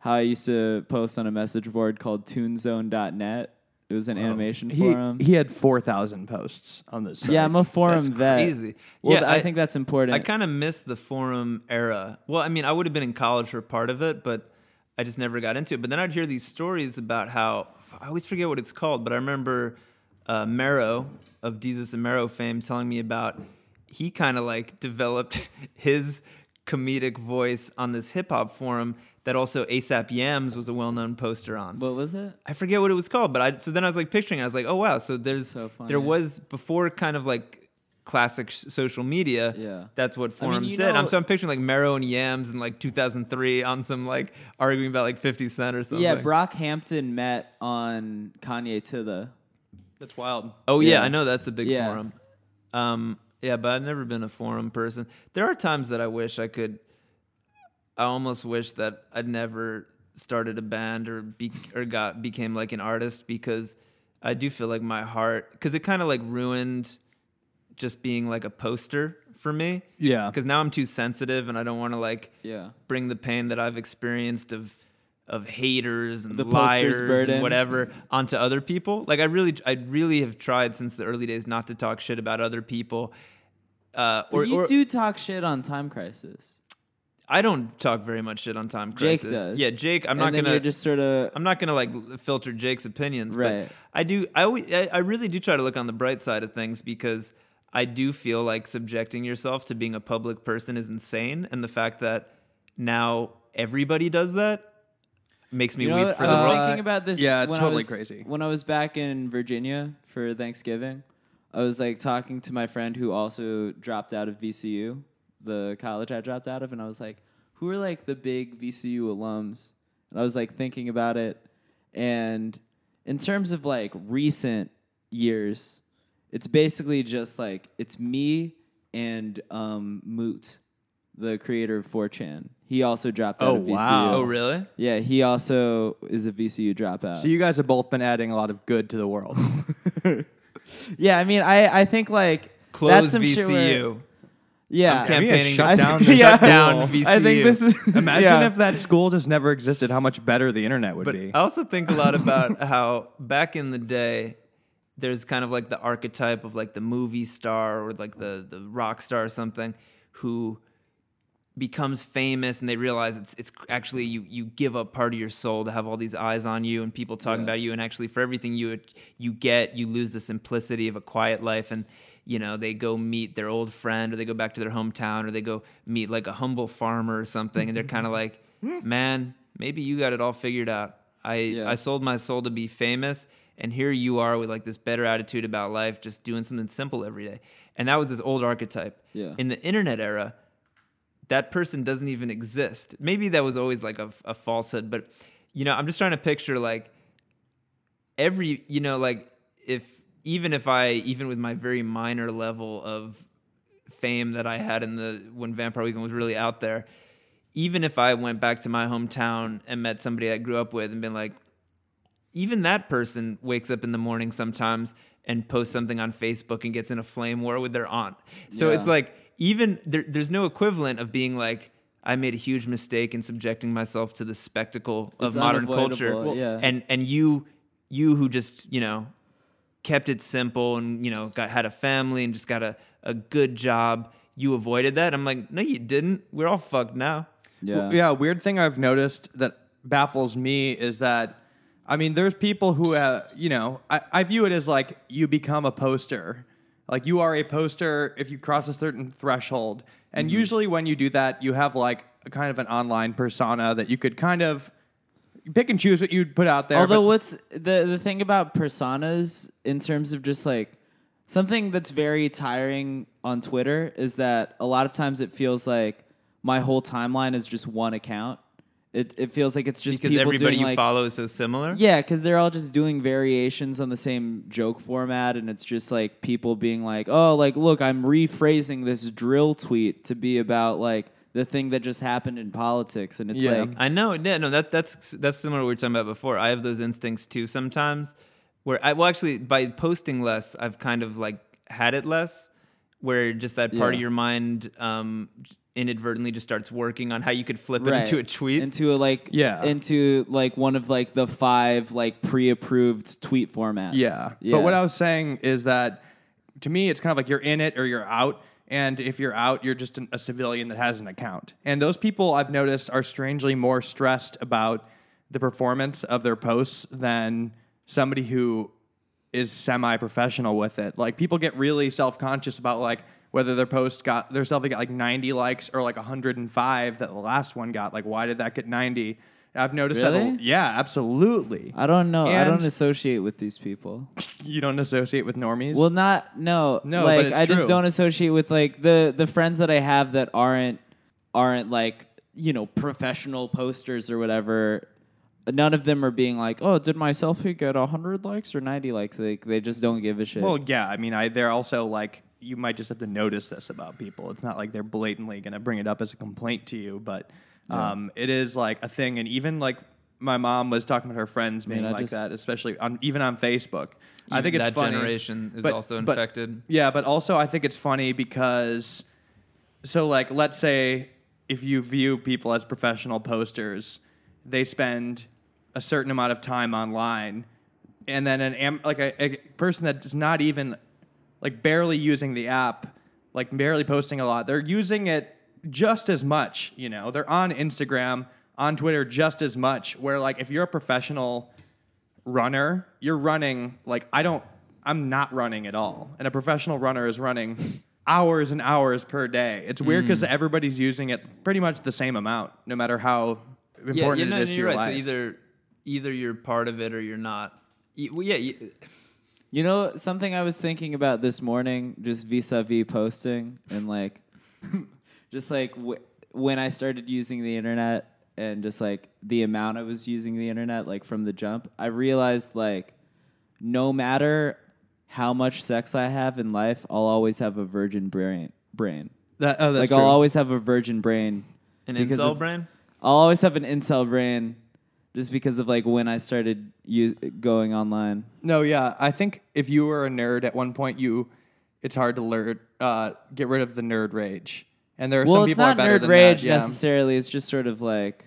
Speaker 2: how I used to post on a message board called ToonZone.net. It was an animation
Speaker 1: He,
Speaker 2: forum.
Speaker 1: he had four thousand posts on this. Site.
Speaker 2: yeah, I'm a forum
Speaker 3: That's
Speaker 2: vet.
Speaker 3: crazy.
Speaker 2: Well,
Speaker 3: Yeah,
Speaker 2: th- I,
Speaker 3: I-
Speaker 2: think that's important.
Speaker 3: I kind of miss the forum era. Well, I mean, I would have been in college for part of it, but I just never got into it. But then I'd hear these stories about how I always forget what it's called, but I remember uh, Marrow of Jesus and Marrow fame telling me about he kind of like developed his comedic voice on this hip hop forum that also ASAP Yams was a well known poster on.
Speaker 2: what was it?
Speaker 3: I forget what it was called, but I so then I was like picturing. It, I was like, oh wow, so there's
Speaker 2: So funny.
Speaker 3: there was before kind of like classic sh- social media.
Speaker 2: Yeah.
Speaker 3: that's
Speaker 2: I
Speaker 3: what
Speaker 2: mean,
Speaker 3: forums
Speaker 2: you
Speaker 3: did. I'm
Speaker 2: know-
Speaker 3: so I'm picturing like Marrow and Yams in like 2003 on some like arguing about like 50 Cent or something.
Speaker 2: Yeah, Brock Hampton met on Kanye to the.
Speaker 1: that's wild.
Speaker 3: Oh yeah,
Speaker 2: Yeah.
Speaker 3: I know that's a big
Speaker 2: Yeah.
Speaker 3: forum. Um, yeah, but I've never been a forum person. There are times that I wish I could. I almost wish that I'd never started a band or be, or got became like an artist because I do feel like my heart because it kind of like ruined just being like a poster for me
Speaker 1: Yeah,
Speaker 3: because now I'm too sensitive and I don't want to like
Speaker 2: Yeah.
Speaker 3: bring the pain that I've experienced of of haters and
Speaker 2: The poster's
Speaker 3: liars
Speaker 2: burden.
Speaker 3: and whatever onto other people. Like I really, I really have tried since the early days not to talk shit about other people. Uh,
Speaker 2: But
Speaker 3: or,
Speaker 2: you
Speaker 3: or-
Speaker 2: do talk shit on Time Crisis.
Speaker 3: I don't talk very much shit on Time
Speaker 2: Jake
Speaker 3: Crisis.
Speaker 2: does.
Speaker 3: Yeah, Jake. I'm
Speaker 2: And
Speaker 3: not
Speaker 2: then
Speaker 3: gonna
Speaker 2: You're just sort of.
Speaker 3: I'm not gonna like l- filter Jake's opinions,
Speaker 2: Right.
Speaker 3: but I do. I always, I, I really do try to look on the bright side of things because I do feel like subjecting yourself to being a public person is insane, and the fact that now everybody does that makes me
Speaker 2: You know,
Speaker 3: weep for
Speaker 2: I
Speaker 3: the
Speaker 2: was
Speaker 1: Uh,
Speaker 3: world.
Speaker 2: thinking about this.
Speaker 1: yeah, it's
Speaker 2: when I
Speaker 1: totally
Speaker 2: was-
Speaker 1: crazy.
Speaker 2: When I was back in Virginia for Thanksgiving, I was like talking to my friend who also dropped out of VCU, the college I dropped out of, and I was like, "Who are like the big VCU alums?" And I was like thinking about it, and in terms of like recent years, it's basically just like it's me and um, Moot, the creator of 4chan. He also dropped out
Speaker 1: Oh,
Speaker 2: of VCU.
Speaker 1: wow.
Speaker 3: Oh, really?
Speaker 2: Yeah, he also is a VCU dropout.
Speaker 1: So you guys have both been adding a lot of good to the world.
Speaker 2: yeah, I mean, I, I think like that's
Speaker 3: Close
Speaker 2: some shit where-
Speaker 3: VCU.
Speaker 2: yeah,
Speaker 3: I'm campaigning to
Speaker 1: shut down
Speaker 2: this
Speaker 1: yeah.
Speaker 3: shut down
Speaker 1: school.
Speaker 3: VCU.
Speaker 2: I think this is
Speaker 1: Imagine
Speaker 2: yeah.
Speaker 1: if that school just never existed, how much better the internet would
Speaker 3: But
Speaker 1: be.
Speaker 3: I also think a lot about how back in the day, there's kind of like the archetype of like the movie star or like the the rock star or something who becomes famous and they realize it's it's actually you you give up part of your soul to have all these eyes on you and people talking about you and actually for everything you you get you lose the simplicity of a quiet life and you know they go meet their old friend or they go back to their hometown or they go meet like a humble farmer or something and they're kind of like man maybe you got it all figured out I I sold my soul to be famous and here you are with like this better attitude about life just doing something simple every day and that was this old archetype
Speaker 2: Yeah.
Speaker 3: in the internet era that person doesn't even exist. Maybe that was always like a, a falsehood, but you know, I'm just trying to picture like every, you know, like if even if I, even with my very minor level of fame that I had in the when Vampire Weekend was really out there, even if I went back to my hometown and met somebody I grew up with and been like, even that person wakes up in the morning sometimes and posts something on Facebook and gets in a flame war with their aunt. So
Speaker 2: Yeah.
Speaker 3: it's like even there, there's no equivalent of being like I made a huge mistake in subjecting myself to the spectacle of
Speaker 2: It's
Speaker 3: modern culture.
Speaker 2: unavoidable, yeah.
Speaker 3: And and you you who just, you know, kept it simple and you know got had a family and just got a, a good job you avoided that i'm like no you didn't we're all fucked now
Speaker 2: yeah.
Speaker 1: yeah, weird thing I've noticed that baffles me is that I mean, there's people who, uh, you know, I, I view it as like you become a poster. Like you are a poster if you cross a certain threshold. And usually when you do that, you have like a kind of an online persona that you could kind of pick and choose what you'd put out there.
Speaker 2: Although
Speaker 1: but-
Speaker 2: what's the the thing about personas in terms of just like something that's very tiring on Twitter is that a lot of times it feels like my whole timeline is just one account. It it feels like it's just
Speaker 3: because
Speaker 2: people
Speaker 3: everybody
Speaker 2: doing
Speaker 3: you
Speaker 2: like
Speaker 3: follow is so similar
Speaker 2: Yeah, because they're all just doing variations on the same joke format, and it's just like people being like, "Oh, like look, I'm rephrasing this drill tweet to be about like the thing that just happened in politics," and it's
Speaker 1: Yeah.
Speaker 2: like,
Speaker 3: I know. Yeah, no, that that's that's similar to what we were talking about before. I have those instincts too sometimes. Where I well, actually, by posting less, I've kind of like had it less. Where just that part of
Speaker 2: Yeah.
Speaker 3: your mind um, inadvertently just starts working on how you could flip it
Speaker 2: right,
Speaker 3: into a tweet.
Speaker 2: into a like,
Speaker 1: Yeah.
Speaker 2: into like one of like the five like pre-approved tweet formats.
Speaker 1: Yeah. But what I was saying is that to me, it's kind of like you're in it or you're out. And if you're out, you're just an, a civilian that has an account. And those people I've noticed are strangely more stressed about the performance of their posts than somebody who is semi professional with it. Like people get really self conscious about like whether their post got their selfie got like 90 likes or like 105 that the last one got. Like why did that get 90? I've noticed
Speaker 2: Really?
Speaker 1: that. Yeah, absolutely.
Speaker 2: I don't know. I
Speaker 1: And-
Speaker 2: don't associate with these people.
Speaker 1: You don't associate with normies.
Speaker 2: Well, not no.
Speaker 1: No, but
Speaker 2: like
Speaker 1: it's
Speaker 2: I
Speaker 1: true.
Speaker 2: just don't associate with like the the friends that I have that aren't aren't like you know professional posters or whatever. None of them are being like, oh, did my selfie get hundred likes or ninety likes? They they just don't give a shit.
Speaker 1: Well, yeah. I mean, I they're also like you might just have to notice this about people. It's not like they're blatantly going to bring it up as a complaint to you, but um, it is like a thing. And even like my mom was talking about her friends being
Speaker 2: I
Speaker 1: like
Speaker 2: just-
Speaker 1: that, especially on even on Facebook. I
Speaker 3: Even
Speaker 1: think it's
Speaker 3: that
Speaker 1: funny.
Speaker 3: generation is also infected.
Speaker 1: Yeah, but also I think it's funny because so like let's say if you view people as professional posters they spend a certain amount of time online, and then an am- like a, a person that is not even like barely using the app, like barely posting a lot, they're using it just as much. You know, they're on Instagram, on Twitter just as much. Where like if you're a professional runner, you're running like I don't I'm not running at all. And a professional runner is running hours and hours per day. It's weird
Speaker 3: Hmm.
Speaker 1: because everybody's using it pretty much the same amount, no matter how important
Speaker 3: yeah, yeah,
Speaker 1: it
Speaker 3: no,
Speaker 1: is
Speaker 3: no,
Speaker 1: to
Speaker 3: you're
Speaker 1: your
Speaker 3: right.
Speaker 1: life.
Speaker 3: So either either you're part of it or you're not. Y- Well, yeah, y-
Speaker 2: You know, something I was thinking about this morning, just vis a vis posting, and like, just like w- when I started using the internet and just like the amount I was using the internet, like from the jump, I realized like no matter how much sex I have in life, I'll always have a virgin brain. brain.
Speaker 1: That- oh,
Speaker 2: Like,
Speaker 1: that's
Speaker 2: I'll
Speaker 1: true.
Speaker 2: always have a virgin brain.
Speaker 3: an
Speaker 2: because
Speaker 3: incel
Speaker 2: of-
Speaker 3: brain.
Speaker 2: I'll always have an incel brain just because of like when I started u- going online.
Speaker 1: No, yeah. I think if you were a nerd at one point, you it's hard to learn, uh, get rid of the nerd rage. And there are
Speaker 2: well,
Speaker 1: some
Speaker 2: it's
Speaker 1: people are
Speaker 2: not
Speaker 1: better
Speaker 2: nerd
Speaker 1: than
Speaker 2: rage
Speaker 1: that. Yeah.
Speaker 2: necessarily. It's just sort of like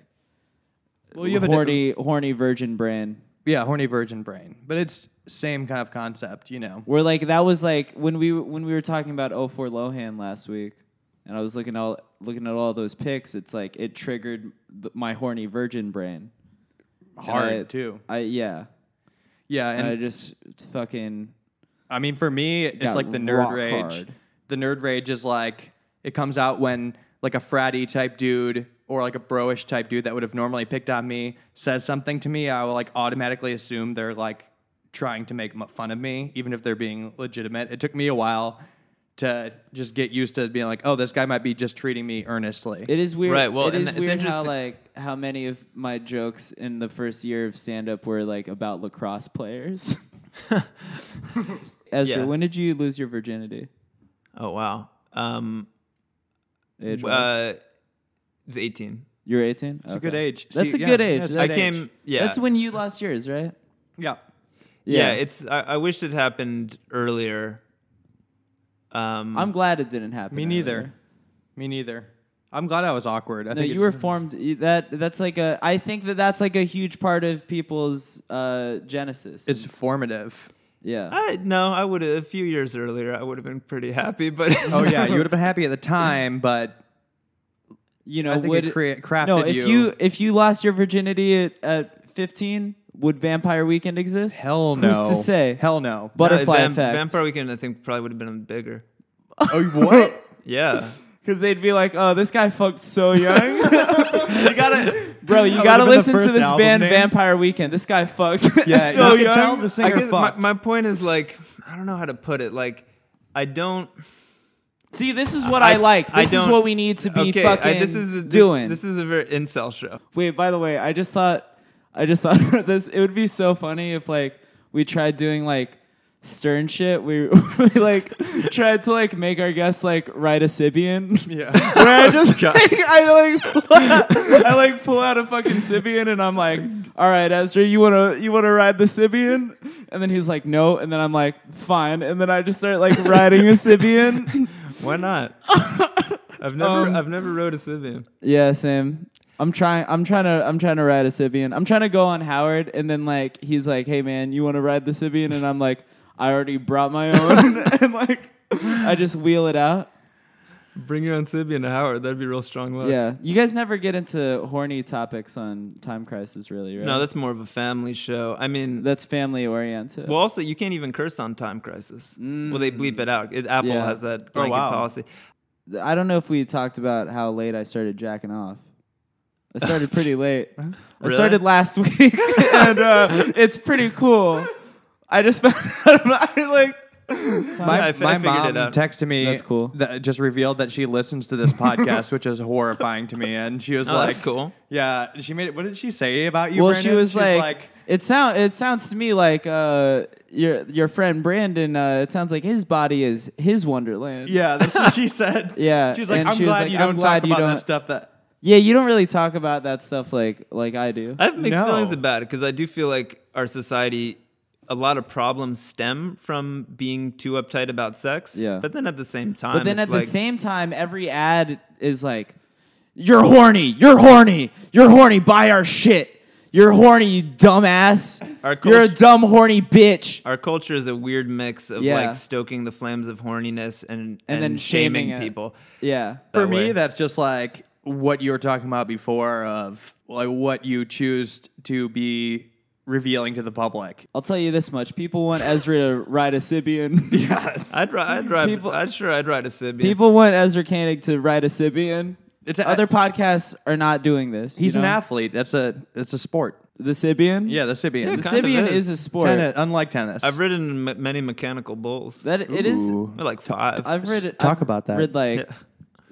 Speaker 1: Well, you have a di-
Speaker 2: horny, horny virgin brain.
Speaker 1: yeah, horny virgin brain, but it's same kind of concept, you know.
Speaker 2: We're like that was like when we when we were talking about 04 Lohan last week, and I was looking all looking at all those pics. It's like it triggered th- my horny virgin brain. And
Speaker 1: Hard
Speaker 2: I-
Speaker 1: too.
Speaker 2: I yeah,
Speaker 1: Yeah,
Speaker 2: and
Speaker 1: and
Speaker 2: I just fucking
Speaker 1: I mean, for me, it's
Speaker 2: got
Speaker 1: like the nerd
Speaker 2: rock
Speaker 1: rage.
Speaker 2: hard.
Speaker 1: The nerd rage is like it comes out when like a fratty type dude or like a broish type dude that would have normally picked on me says something to me. I will like automatically assume they're like trying to make m- fun of me, even if they're being legitimate. It took me a while to just get used to being like, oh, this guy might be just treating me earnestly.
Speaker 2: It is weird.
Speaker 3: Right, well,
Speaker 2: it
Speaker 3: and
Speaker 2: is
Speaker 3: it's
Speaker 2: weird how
Speaker 3: interesting-
Speaker 2: like how many of my jokes in the first year of stand up were like about lacrosse players. Ezra,
Speaker 3: Yeah.
Speaker 2: when did you lose your virginity?
Speaker 3: Oh wow. Um,
Speaker 2: Age-wise?
Speaker 3: uh, it's 18.
Speaker 2: you were 18? It's
Speaker 1: a good age.
Speaker 2: That's
Speaker 1: See,
Speaker 2: a
Speaker 1: yeah,
Speaker 2: good
Speaker 1: yeah,
Speaker 2: age.
Speaker 1: it's a
Speaker 2: That's-
Speaker 1: good
Speaker 3: I came. Yeah.
Speaker 2: That's when you lost yours, right?
Speaker 1: yeah.
Speaker 3: yeah. It's. I, I wished it happened earlier. Um,
Speaker 2: I'm glad it didn't happen.
Speaker 1: Me
Speaker 2: earlier.
Speaker 1: neither. Me neither. I'm glad I was awkward. I
Speaker 2: No,
Speaker 1: think
Speaker 2: you
Speaker 1: it's-
Speaker 2: were formed. you- That that's like a. I think that that's like a huge part of people's uh, genesis.
Speaker 1: it's formative.
Speaker 2: yeah.
Speaker 3: I no. I would have a few years earlier. I would have been pretty happy, but
Speaker 1: Oh yeah, you would have been happy at the time, but
Speaker 2: you know,
Speaker 1: I think
Speaker 2: would
Speaker 1: it crea- crafted
Speaker 2: no, if
Speaker 1: you.
Speaker 2: if you lost your virginity at, at 15, would Vampire Weekend exist?
Speaker 1: Hell no.
Speaker 2: Who's to say?
Speaker 1: Hell no.
Speaker 2: Butterfly
Speaker 3: Vamp-
Speaker 2: effect.
Speaker 3: Vampire Weekend, I think, probably would have been bigger.
Speaker 1: oh, what?
Speaker 3: Yeah.
Speaker 2: Because they'd be like, "Oh, this guy fucked so young." you gotta, bro, you
Speaker 1: would've
Speaker 2: gotta
Speaker 1: been the
Speaker 2: listen to
Speaker 1: first
Speaker 2: this
Speaker 1: album
Speaker 2: band,
Speaker 1: name.
Speaker 2: Vampire Weekend. This guy fucked
Speaker 1: Yeah,
Speaker 2: so
Speaker 1: you can
Speaker 2: young.
Speaker 1: tell the
Speaker 3: I
Speaker 1: singer
Speaker 3: guess my,
Speaker 1: fucked.
Speaker 3: my point is like I don't know how to put it. Like I don't.
Speaker 2: See, this is what I,
Speaker 3: I-
Speaker 2: like.
Speaker 3: I
Speaker 2: This is
Speaker 3: don't-
Speaker 2: what we need to be
Speaker 3: okay,
Speaker 2: fucking
Speaker 3: I, this is a,
Speaker 2: doing.
Speaker 3: This is a very incel show.
Speaker 2: Wait, by the way, I just thought I just thought about this it would be so funny if like we tried doing like stern shit. We, we like tried to like make our guests like write a Sibian.
Speaker 1: yeah.
Speaker 2: Where I just like, I like pull out, I like pull out a fucking Sibian and I'm like, all right, Ezra, you wanna you wanna ride the Sibian? And then he's like, no, and then I'm like, fine, and then I just start like riding a Sibian.
Speaker 3: Why not? I've never
Speaker 2: Um,
Speaker 3: I've never rode a Sibian.
Speaker 2: Yeah, same. I'm trying. I'm trying to. I'm trying to ride a Sibian. I'm trying to go on Howard, and then like he's like, "Hey man, you want to ride the Sibian?" And I'm like, "I already brought my own." and like, I just wheel it out.
Speaker 3: Bring your own Sibian to Howard. That'd be real strong love.
Speaker 2: Yeah, you guys never get into horny topics on Time Crisis, really, right?
Speaker 3: No, that's more of a family show. I mean,
Speaker 2: that's family oriented.
Speaker 3: well, also you can't even curse on Time Crisis. Well, they bleep it out. It, Apple
Speaker 2: Mm. Yeah.
Speaker 3: has that blanket
Speaker 1: wow.
Speaker 3: policy.
Speaker 2: I don't know if we talked about how late I started jacking off. I started pretty late. I
Speaker 3: Really?
Speaker 2: started last week, and uh, it's pretty cool. I just found out, I like.
Speaker 1: My,
Speaker 3: I fi- I
Speaker 1: my
Speaker 3: figured
Speaker 1: mom
Speaker 3: it out.
Speaker 1: texted me.
Speaker 2: That's cool.
Speaker 1: That just revealed that she listens to this podcast, which is horrifying to me. And she was
Speaker 3: Oh,
Speaker 1: like,
Speaker 3: that's cool.
Speaker 1: Yeah. She made it. What did she say about you?
Speaker 2: well,
Speaker 1: Brandon?
Speaker 2: she was
Speaker 1: She's
Speaker 2: like, it sound it sounds to me like uh your your friend Brandon. Uh, it sounds like his body is his wonderland.
Speaker 1: Yeah. That's what she said.
Speaker 2: Yeah,
Speaker 1: She's like,
Speaker 2: and
Speaker 1: I'm
Speaker 2: she was
Speaker 1: glad
Speaker 2: like,
Speaker 1: you
Speaker 2: I'm
Speaker 1: don't
Speaker 2: glad
Speaker 1: talk
Speaker 2: you
Speaker 1: about
Speaker 2: don't-
Speaker 1: that stuff. That
Speaker 2: yeah. You don't really talk about that stuff like like I do.
Speaker 3: I have mixed
Speaker 1: No.
Speaker 3: feelings about it because I do feel like our society, a lot of problems stem from being too uptight about sex.
Speaker 2: Yeah.
Speaker 3: But then at the same time,
Speaker 2: but then at
Speaker 3: it's like,
Speaker 2: the same time, every ad is like, You're horny. You're horny. You're horny. Buy our shit. You're horny, you dumbass.
Speaker 3: Our
Speaker 2: You're a
Speaker 3: cult-
Speaker 2: dumb horny bitch.
Speaker 3: Our culture is a weird mix of
Speaker 2: Yeah.
Speaker 3: like stoking the flames of horniness and and,
Speaker 2: then
Speaker 3: shaming,
Speaker 2: shaming it.
Speaker 3: people.
Speaker 2: Yeah.
Speaker 1: For
Speaker 3: that
Speaker 1: me,
Speaker 3: way.
Speaker 1: that's just like what you were talking about before of like what you choose to be revealing to the public.
Speaker 2: I'll tell you this much: people want Ezra to ride a Sibian.
Speaker 1: Yeah,
Speaker 3: I'd ri- I'd ride
Speaker 2: People-
Speaker 3: I'd sure I'd ride a Sibian.
Speaker 2: People want Ezra Koenig to ride a Sibian.
Speaker 1: It's a-
Speaker 2: Other podcasts are not doing this. you
Speaker 1: he's an
Speaker 2: know?
Speaker 1: athlete. That's a that's a sport.
Speaker 2: The Sibian.
Speaker 1: Yeah, the Sibian.
Speaker 2: The
Speaker 1: This-
Speaker 3: kind of
Speaker 2: Sibian is.
Speaker 3: is.
Speaker 2: a sport.
Speaker 1: tennis, unlike tennis.
Speaker 3: I've ridden m- many mechanical bulls.
Speaker 2: That it is.
Speaker 1: Ooh.
Speaker 3: They're like five.
Speaker 2: I've read it.
Speaker 1: talk
Speaker 2: I've
Speaker 1: about that.
Speaker 2: Read like
Speaker 3: Yeah.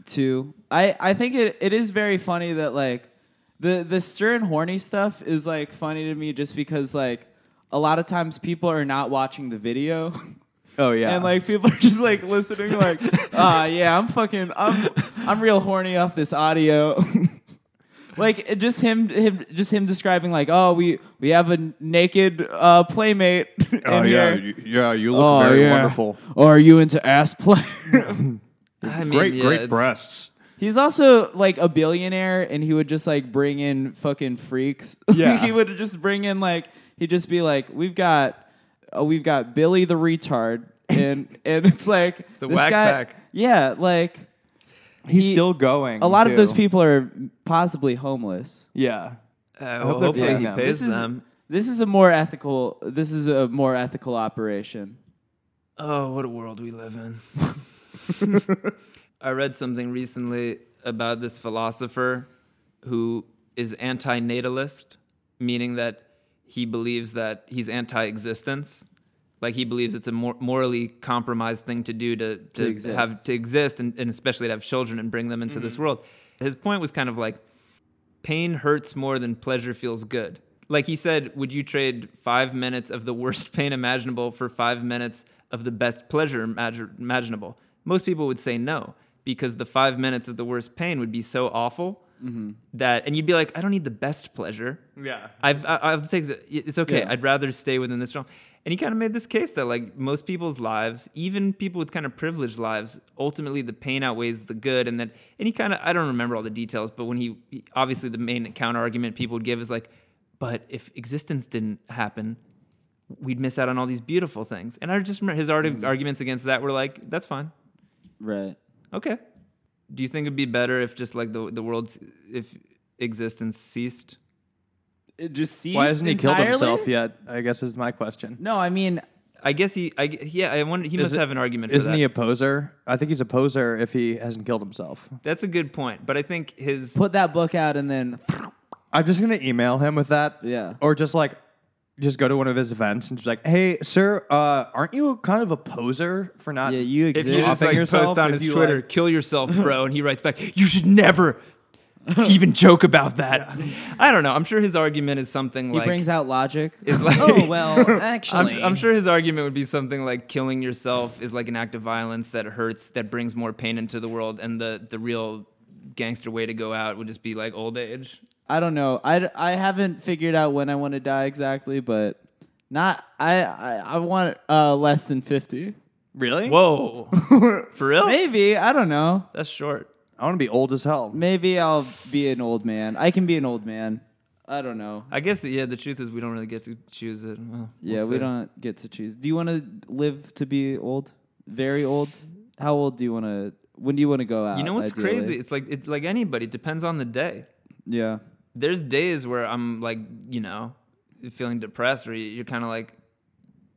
Speaker 2: two. I I think it it is very funny that like the the stern horny stuff is like funny to me just because like a lot of times people are not watching the video.
Speaker 1: oh yeah,
Speaker 2: And like people are just like listening, like, ah, yeah, I'm fucking, I'm, I'm real horny off this audio. like it- just him, him, just him describing like, oh, we we have a naked uh, playmate. in here.
Speaker 1: Oh, yeah, you look
Speaker 2: Oh, yeah. Or are you into ass play?
Speaker 3: I mean, yeah, it's-
Speaker 1: breasts.
Speaker 2: He's also like a billionaire, and he would just like bring in fucking freaks.
Speaker 1: Yeah.
Speaker 2: he would just bring in like he'd just be like, "We've got, uh, we've got Billy the retard," and and it's like
Speaker 3: The
Speaker 2: this
Speaker 3: whack
Speaker 2: guy,
Speaker 3: pack.
Speaker 2: yeah, like
Speaker 1: He's
Speaker 2: He-
Speaker 1: still going.
Speaker 2: a lot
Speaker 1: too.
Speaker 2: of those people are possibly homeless.
Speaker 1: Yeah,
Speaker 3: Uh,
Speaker 1: hope
Speaker 3: well,
Speaker 1: they're
Speaker 3: hopefully
Speaker 1: paying
Speaker 3: he
Speaker 1: them.
Speaker 3: pays
Speaker 2: This is
Speaker 3: them.
Speaker 2: this is a more ethical. This is a more ethical operation.
Speaker 3: Oh, what a world we live in. I read something recently about this philosopher who is anti natalist, meaning that he believes that he's anti existence. Like he believes it's a mor- morally compromised thing to do to, to,
Speaker 2: exist.
Speaker 3: have to exist and, and especially to have children and bring them into this world. His point was kind of like pain hurts more than pleasure feels good. Like he said, would you trade five minutes of the worst pain imaginable for five minutes of the best pleasure imag- imaginable? Most people would say no because the five minutes of the worst pain would be so awful that, and you'd be like, I don't need the best pleasure.
Speaker 1: yeah.
Speaker 3: I've, I- I've take it's okay.
Speaker 2: Yeah.
Speaker 3: I'd rather stay within this realm. And he kind of made this case that like most people's lives, even people with kind of privileged lives, ultimately the pain outweighs the good. And that, and he kind of, I don't remember all the details, but when he, he- obviously the main counter argument people would give is like, but if existence didn't happen, we'd miss out on all these beautiful things. And I just remember his arti- arguments against that were like, that's fine.
Speaker 2: Right.
Speaker 3: Okay. Do you think it'd be better if just like the, the world's, if existence ceased?
Speaker 2: It just
Speaker 1: Why hasn't he killed
Speaker 2: entirely?
Speaker 1: himself yet? I guess is my question.
Speaker 2: No, I mean,
Speaker 3: I guess he, I, gue- yeah, I wonder, he
Speaker 1: Is
Speaker 3: must
Speaker 1: it-
Speaker 3: have an argument for
Speaker 1: Isn't
Speaker 3: that.
Speaker 1: he a poser? I think he's a poser if he hasn't killed himself.
Speaker 3: That's a good point, but I think his,
Speaker 2: put that book out and then
Speaker 1: I'm just gonna email him with that.
Speaker 2: Yeah.
Speaker 1: Or just like, just go to one of his events and just like, hey, sir, uh, aren't you kind of a poser for not?
Speaker 2: Yeah, you
Speaker 3: if
Speaker 2: exist.
Speaker 3: you just
Speaker 1: Offing
Speaker 3: like
Speaker 1: yourself,
Speaker 3: post on
Speaker 1: if
Speaker 3: his
Speaker 1: you,
Speaker 3: Twitter,
Speaker 1: like-
Speaker 3: kill yourself, bro, and he writes back, you should never even joke about that. I don't know. I'm sure his argument is something
Speaker 2: he
Speaker 3: like,
Speaker 2: brings out logic.
Speaker 3: is like,
Speaker 1: Oh well,
Speaker 3: I'm,
Speaker 1: actually,
Speaker 3: I'm sure his argument would be something like killing yourself is like an act of violence that hurts, that brings more pain into the world, and the, the real gangster way to go out would just be like old age.
Speaker 2: I don't know. I, I haven't figured out when I want to die exactly, but not I I, I want uh, less than fifty.
Speaker 1: Really?
Speaker 3: Whoa. For real?
Speaker 2: Maybe I don't know.
Speaker 3: That's short.
Speaker 1: I want to be old as hell.
Speaker 2: Maybe I'll be an old man. I can be an old man. I don't know.
Speaker 3: I guess, yeah, the truth is we don't really get to choose it. Well, we'll
Speaker 2: yeah, we
Speaker 3: see.
Speaker 2: don't get to choose. Do you want to live to be old? Very old? How old do you want to? When do you want to go out?
Speaker 3: You know what's
Speaker 2: ideally?
Speaker 3: crazy? It's like it's like anybody. It depends on the day.
Speaker 2: Yeah.
Speaker 3: There's days where I'm like, you know, feeling depressed, or you're kind of like,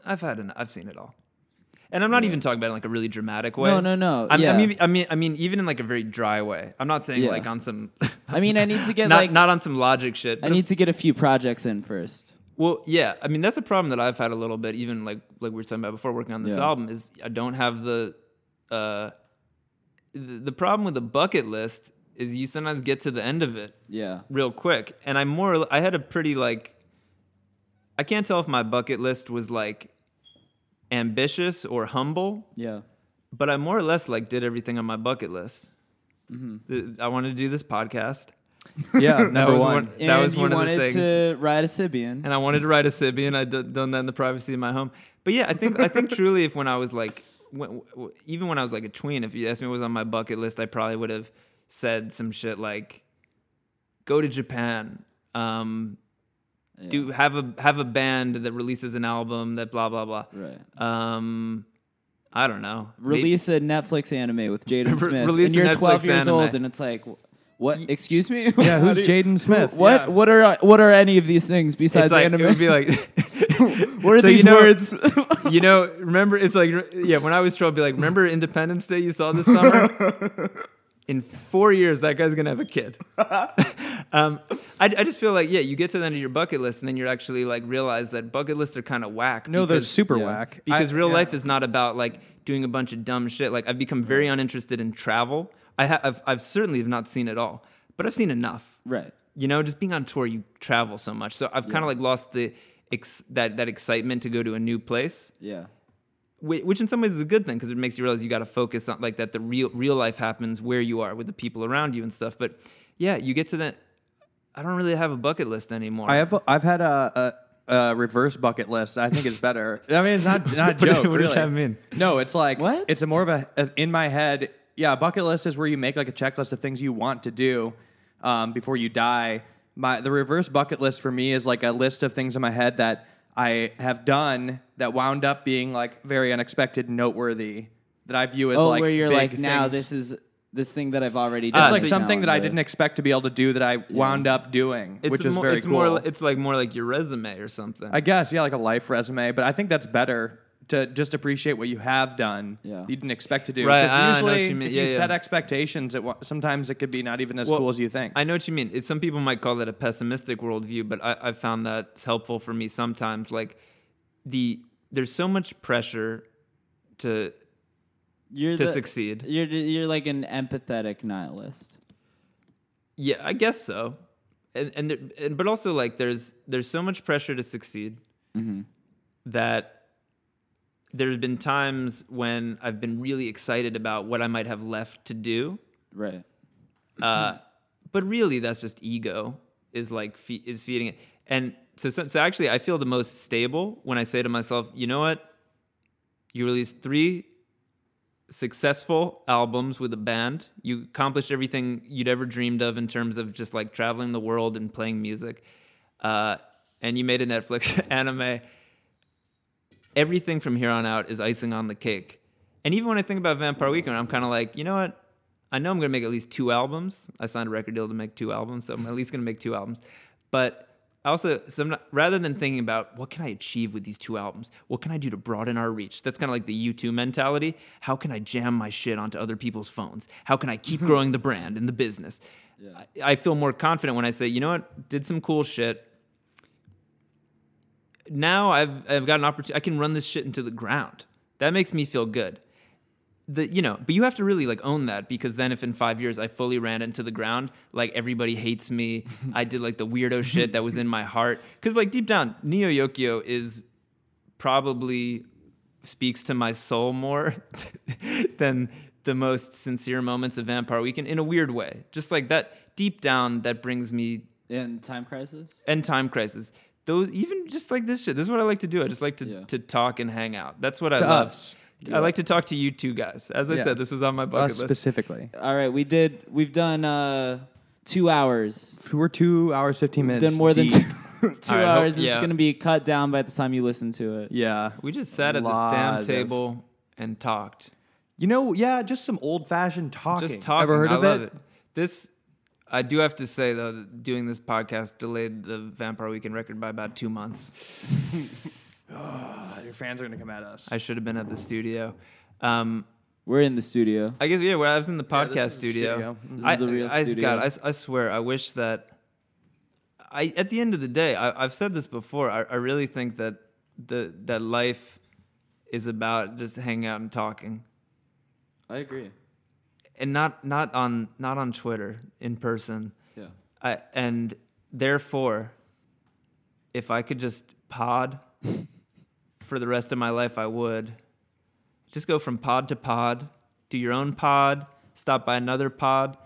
Speaker 3: I've had an, I've seen it all. And I'm not even talking about it in like a really dramatic way.
Speaker 2: No, no, no.
Speaker 3: I mean, I
Speaker 2: Yeah.
Speaker 3: mean, I mean, I mean, even in like a very dry way. I'm not saying
Speaker 2: Yeah.
Speaker 3: like on some.
Speaker 2: I mean, I need to get
Speaker 3: not
Speaker 2: like
Speaker 3: not on some logic shit.
Speaker 2: I
Speaker 3: but
Speaker 2: need to get a few projects in first.
Speaker 3: Well, yeah, I mean that's a problem that I've had a little bit, even like like we were talking about before working on this
Speaker 2: Yeah.
Speaker 3: album is I don't have the, uh, the the problem with the bucket list is you sometimes get to the end of it
Speaker 2: Yeah.
Speaker 3: real quick, and I'm more I had a pretty like, I can't tell if my bucket list was like ambitious or humble,
Speaker 2: Yeah.
Speaker 3: but I more or less like did everything on my bucket list. Th- I wanted to do this podcast.
Speaker 1: Yeah, number
Speaker 3: was
Speaker 1: one.
Speaker 3: one-
Speaker 2: And
Speaker 3: That was
Speaker 2: you
Speaker 3: one of the
Speaker 2: wanted
Speaker 3: things-
Speaker 2: to ride a Sibian.
Speaker 3: and I wanted to ride a Sibian. I'd d- done that in the privacy of my home. But yeah, I think I think truly, if when I was like, when, w- even when I was like a tween, if you asked me what was on my bucket list, I probably would have said some shit like, "Go to Japan, um, do have a have a band that releases an album that blah blah blah."
Speaker 2: Right.
Speaker 3: Um, I don't know. May-
Speaker 2: Release a Netflix anime with Jaden Smith.
Speaker 3: release
Speaker 2: and
Speaker 3: a
Speaker 2: you're
Speaker 3: Netflix
Speaker 2: 12 years
Speaker 3: anime.
Speaker 2: old, and it's like, wh- what? Excuse me?
Speaker 1: Yeah,
Speaker 2: How
Speaker 1: who's
Speaker 2: do you-
Speaker 1: Jaden Smith?
Speaker 2: What?
Speaker 1: Yeah.
Speaker 2: What are what are any of these things besides
Speaker 3: It's like
Speaker 2: anime?
Speaker 3: it would be like.
Speaker 2: what are
Speaker 3: So you
Speaker 2: these
Speaker 3: know-
Speaker 2: words?
Speaker 3: you know, remember it's like yeah, when I was 12 I'd be like, remember Independence Day you saw this summer? In four years, that guy's gonna have a kid. um, I, I just feel like yeah, you get to the end of your bucket list, and then you're actually like realize that bucket lists are kind of whack.
Speaker 1: No, they're
Speaker 3: because-
Speaker 1: super
Speaker 2: yeah.
Speaker 1: whack. I-
Speaker 3: because real
Speaker 1: yeah.
Speaker 3: life is not about like doing a bunch of dumb shit. Like I've become very uninterested in travel. I ha- I've, I've certainly have not seen it all, but I've seen enough
Speaker 2: right.
Speaker 3: you know just being on tour you travel so much so i've kind of like lost the ex- that that excitement to go to a new place
Speaker 2: Yeah.
Speaker 3: whi- which in some ways is a good thing because it makes you realize you got to focus on like that the real real life happens where you are with the people around you and stuff but yeah you get to that i don't really have a bucket list anymore
Speaker 1: I have I've had a, a, a reverse bucket list. I think it's better. I mean, it's not not a
Speaker 3: What
Speaker 1: joke.
Speaker 3: does- what does
Speaker 1: really.
Speaker 3: that mean?
Speaker 1: No, it's like
Speaker 2: What?
Speaker 1: It's a more of a, a in my head. Yeah, a bucket list is where you make like a checklist of things you want to do um, before you die. My the reverse bucket list for me is like a list of things in my head that I have done that wound up being like very unexpected, noteworthy that I view as
Speaker 2: Oh,
Speaker 1: like
Speaker 2: where you're
Speaker 1: big
Speaker 2: like, now
Speaker 1: things.
Speaker 2: this is this thing that I've already done.
Speaker 1: It's like
Speaker 3: so-
Speaker 1: something
Speaker 2: now
Speaker 1: that I
Speaker 2: I'm
Speaker 1: didn't
Speaker 2: the-
Speaker 1: expect to be able to do that I wound up doing,
Speaker 3: it's
Speaker 1: which is
Speaker 3: more,
Speaker 1: very
Speaker 3: it's
Speaker 1: cool.
Speaker 3: more li- it's like more like your resume or something
Speaker 1: I guess, yeah, like a life resume, but I think that's better to just appreciate what you have done.
Speaker 2: Yeah.
Speaker 1: that You didn't expect to do.
Speaker 3: Right, I know
Speaker 1: Because
Speaker 3: what
Speaker 1: usually,
Speaker 3: you mean.
Speaker 1: if
Speaker 3: Yeah,
Speaker 1: you
Speaker 3: yeah.
Speaker 1: set expectations, it, wa- sometimes it could be not even as
Speaker 3: Well,
Speaker 1: cool as you think.
Speaker 3: I know what you mean. It's, some people might call it a pessimistic worldview, but I, I've found that's helpful for me sometimes. Like the there's so much pressure to
Speaker 2: you're
Speaker 3: to
Speaker 2: the-
Speaker 3: succeed.
Speaker 2: You're you're like an empathetic nihilist.
Speaker 3: Yeah, I guess so. And and, there, and but also like there's there's so much pressure to succeed that there's been times when I've been really excited about what I might have left to do,
Speaker 2: Right.
Speaker 3: Uh, but really, that's just ego is like fe- is feeding it. And so, so, so actually, I feel the most stable when I say to myself, you know what? You released three successful albums with a band. You accomplished everything you'd ever dreamed of in terms of just like traveling the world and playing music. Uh, and you made a Netflix anime. Everything from here on out is icing on the cake. And even when I think about Vampire Weekend, I'm kind of like, you know what? I know I'm going to make at least two albums. I signed a record deal to make two albums, so I'm at least going to make two albums. But I also, some, rather than thinking about what can I achieve with these two albums, what can I do to broaden our reach? That's kind of like the U2 mentality. How can I jam my shit onto other people's phones? How can I keep growing the brand and the business? I, I feel more confident when I say, you know what, did some cool shit. Now I've I've got an opportunity. I can run this shit into the ground. That makes me feel good the you know but you have to really like own that because then if in five years i fully ran into the ground like everybody hates me i did like the weirdo shit that was in my heart because like deep down neo yokio is probably speaks to my soul more than the most sincere moments of vampire weekend in a weird way just like that deep down that brings me
Speaker 2: And time crisis.
Speaker 3: end time crisis those even just like this shit this is what i like to do i just like to,
Speaker 2: Yeah.
Speaker 3: to talk and hang out that's what i
Speaker 1: To
Speaker 3: love
Speaker 1: us.
Speaker 3: i like to talk to you two guys as i
Speaker 1: Yeah.
Speaker 3: said this was on my bucket
Speaker 1: Us
Speaker 3: list
Speaker 1: specifically.
Speaker 2: All right, we did. We've done uh, two hours.
Speaker 1: We're two hours fifteen
Speaker 2: We've
Speaker 1: minutes.
Speaker 2: done more than
Speaker 1: deep.
Speaker 2: two, two
Speaker 3: All right, hope-
Speaker 2: hours. It's
Speaker 3: yeah.
Speaker 2: gonna be cut down by the time you listen to it.
Speaker 1: yeah.
Speaker 3: We just sat at this
Speaker 1: Lot
Speaker 3: damn
Speaker 1: of-
Speaker 3: table and talked.
Speaker 1: You know, yeah, just some old fashioned talking.
Speaker 3: Just talking.
Speaker 1: Ever heard
Speaker 3: I
Speaker 1: of
Speaker 3: love
Speaker 1: it?
Speaker 3: it? This, I do have to say though, that doing this podcast delayed the Vampire Weekend record by about two months.
Speaker 1: Uh, Your fans are gonna come at us.
Speaker 3: I should have been at the studio. Um,
Speaker 2: We're in the studio.
Speaker 3: I guess yeah. Well, I was in the
Speaker 1: Yeah,
Speaker 3: podcast
Speaker 1: this is the
Speaker 3: studio.
Speaker 1: studio. This
Speaker 2: is
Speaker 3: I,
Speaker 2: the real
Speaker 3: I, I-
Speaker 2: studio.
Speaker 3: God, I s- I, swear. I wish that. I at the end of the day, I, I've said this before. I, I really think that the that life is about just hanging out and talking,
Speaker 2: I agree.
Speaker 3: and not not on not on Twitter in person.
Speaker 2: Yeah.
Speaker 3: I, and therefore, if I could just pod for the rest of my life, I would. Just go from pod to pod, do your own pod, stop by another pod.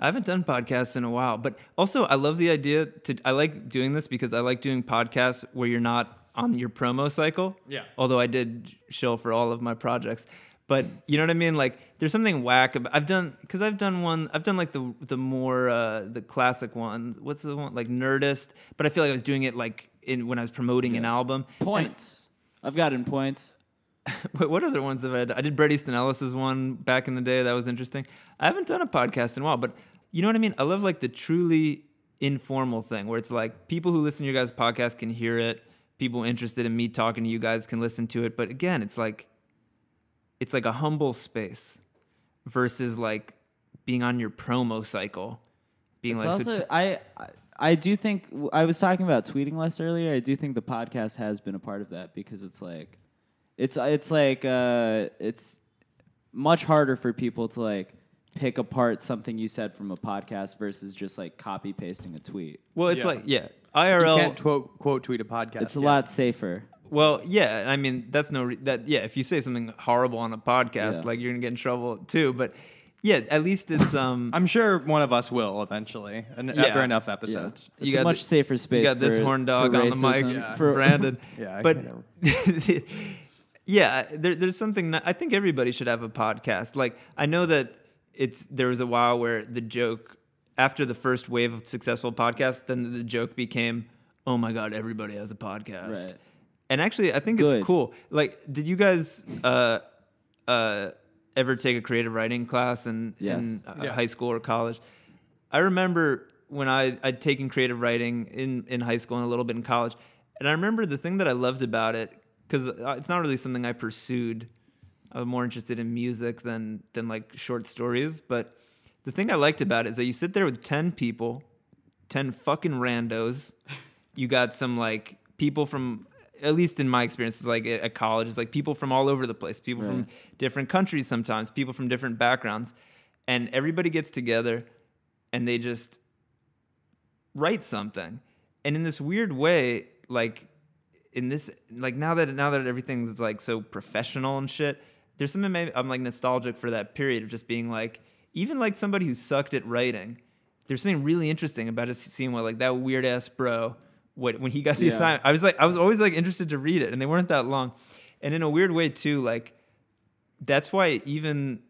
Speaker 3: I haven't done podcasts in a while, but also I love the idea to I like doing this because I like doing podcasts where you're not on your promo cycle.
Speaker 1: Yeah.
Speaker 3: Although I did shill for all of my projects, But you know what I mean? Like there's something whack about I've done because I've done one I've done like the the more uh, the classic one. What's the one like Nerdist? But I feel like I was doing it like in when I was promoting an album. And-
Speaker 2: Points. I've gotten points.
Speaker 3: Wait, what other ones have I done? I did Brett Easton Ellis's one back in the day. That was interesting. I haven't done a podcast in a while, but you know what I mean? I love like the truly informal thing where it's like people who listen to your guys' podcast can hear it. People interested in me talking to you guys can listen to it. But again, it's like it's like a humble space versus like being on your promo cycle. Being
Speaker 2: It's
Speaker 3: like so
Speaker 2: also,
Speaker 3: t-
Speaker 2: I I I do think I was talking about tweeting less earlier. I do think the podcast has been a part of that because it's like, it's it's like uh, it's much harder for people to like pick apart something you said from a podcast versus just like copy pasting a tweet.
Speaker 3: well, it's
Speaker 1: Yeah.
Speaker 3: like yeah.
Speaker 1: You
Speaker 3: IRL
Speaker 1: can't quote, quote tweet a podcast.
Speaker 2: It's a
Speaker 1: yeah.
Speaker 2: lot safer.
Speaker 3: Well, yeah, I mean that's no re- that yeah. If you say something horrible on a podcast,
Speaker 2: Yeah.
Speaker 3: like you're gonna get in trouble too. But yeah, at least it's um.
Speaker 1: I'm sure one of us will eventually, and after
Speaker 3: Yeah.
Speaker 1: enough episodes.
Speaker 2: It's
Speaker 3: got
Speaker 2: a much
Speaker 3: the-
Speaker 2: safer space.
Speaker 3: You got this
Speaker 2: for-
Speaker 3: horn dog
Speaker 2: for
Speaker 3: on the mic,
Speaker 2: racism,
Speaker 1: Yeah.
Speaker 2: for-
Speaker 3: Brandon.
Speaker 1: Yeah, I
Speaker 3: but
Speaker 1: can
Speaker 3: yeah, there, there's something. Not, I think everybody should have a podcast. Like I know that it's there was a while where the joke after the first wave of successful podcasts, then the joke became, oh my god, everybody has a podcast.
Speaker 2: Right.
Speaker 3: And actually, I think
Speaker 2: Good.
Speaker 3: it's cool. Like, did you guys uh, uh, ever take a creative writing class in,
Speaker 2: Yes.
Speaker 3: in uh,
Speaker 1: Yeah.
Speaker 3: high school or college? I remember when I, I'd taken creative writing in, in high school and a little bit in college. And I remember the thing that I loved about it, because it's not really something I pursued. I'm more interested in music than, than like short stories. But the thing I liked about it is that you sit there with 10 people 10 fucking randos. You got some like people from, at least in my experiences, like at at college, it's like people from all over the place, people from different countries sometimes, people from different backgrounds. And everybody gets together and they just write something. And in this weird way, like, in this like now that now that everything's like so professional and shit there's something maybe i'm like nostalgic for that period of just being like even like somebody who sucked at writing there's something really interesting about just seeing what like that weird ass bro what when he got the
Speaker 2: Yeah.
Speaker 3: assignment i was like i was always like interested to read it and they weren't that long and in a weird way too like that's why even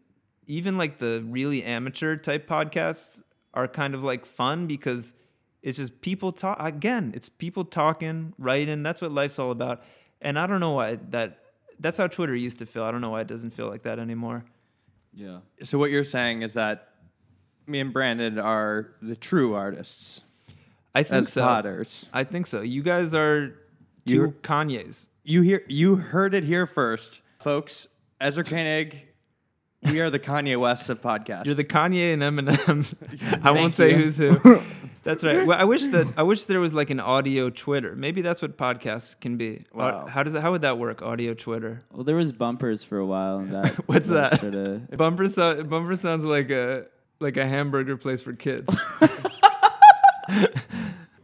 Speaker 3: even like the really amateur type podcasts are kind of like fun because it's just people talk again it's people talking writing that's what life's all about and i don't know why that that's how twitter used to feel i don't know why it doesn't feel like that anymore
Speaker 2: Yeah.
Speaker 1: So what you're saying is that me and Brandon are the true artists
Speaker 3: i think
Speaker 1: as
Speaker 3: so
Speaker 1: potters.
Speaker 3: i think so you guys are 2
Speaker 1: You're-
Speaker 3: kanye's
Speaker 1: You hear, you heard it here first, folks. Ezra Koenig, we are the Kanye West of podcasts.
Speaker 3: You're the Kanye and Eminem. I won't say
Speaker 2: you.
Speaker 3: who's who. That's right. Well, I wish that I wish there was like an audio Twitter. Maybe that's what podcasts can be. Au-
Speaker 1: Wow.
Speaker 3: How does it, how would that work? Audio Twitter.
Speaker 2: Well, there was bumpers for a while, and that
Speaker 3: What's
Speaker 2: like,
Speaker 3: that?
Speaker 2: sorta-
Speaker 3: Bumper sound, bumper sounds like a like a hamburger place for kids.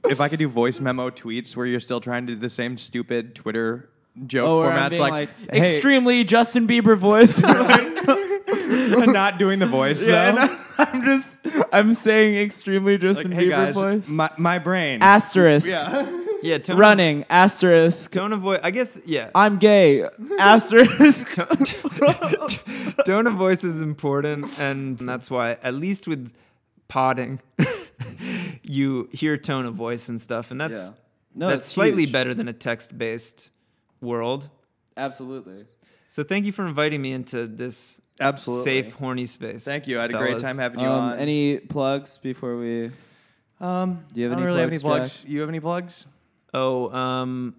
Speaker 1: if I could do voice memo tweets where you're still trying to do the same stupid Twitter joke
Speaker 2: Oh, where I'm
Speaker 1: formats,
Speaker 2: being
Speaker 1: like,
Speaker 2: like,
Speaker 1: hey,
Speaker 2: extremely Justin Bieber voice.
Speaker 1: not doing the voice.
Speaker 2: Yeah,
Speaker 1: though.
Speaker 2: and I'm just I'm saying extremely Justin
Speaker 1: Like, hey
Speaker 2: Bieber
Speaker 1: guys,
Speaker 2: voice.
Speaker 1: my, my brain.
Speaker 2: asterisk
Speaker 1: yeah.
Speaker 3: yeah, tone of-
Speaker 2: running asterisk.
Speaker 3: tone of voice. I guess yeah.
Speaker 2: I'm gay asterisk.
Speaker 3: tone of voice is important, and that's why at least with potting, you hear tone of voice and stuff, and that's
Speaker 2: Yeah. No,
Speaker 3: that's
Speaker 2: it's
Speaker 3: slightly
Speaker 2: huge.
Speaker 3: better than a text-based world.
Speaker 2: Absolutely.
Speaker 3: So thank you for inviting me into this
Speaker 1: Absolutely.
Speaker 3: safe, horny space.
Speaker 1: Thank you. I had a great
Speaker 3: fellas.
Speaker 1: time having you
Speaker 2: Um,
Speaker 1: on.
Speaker 2: any plugs before we?
Speaker 1: um,
Speaker 2: Do you have
Speaker 1: I don't
Speaker 2: any
Speaker 1: really have any
Speaker 2: plugs,
Speaker 1: plugs. You have any plugs?
Speaker 3: Oh, um,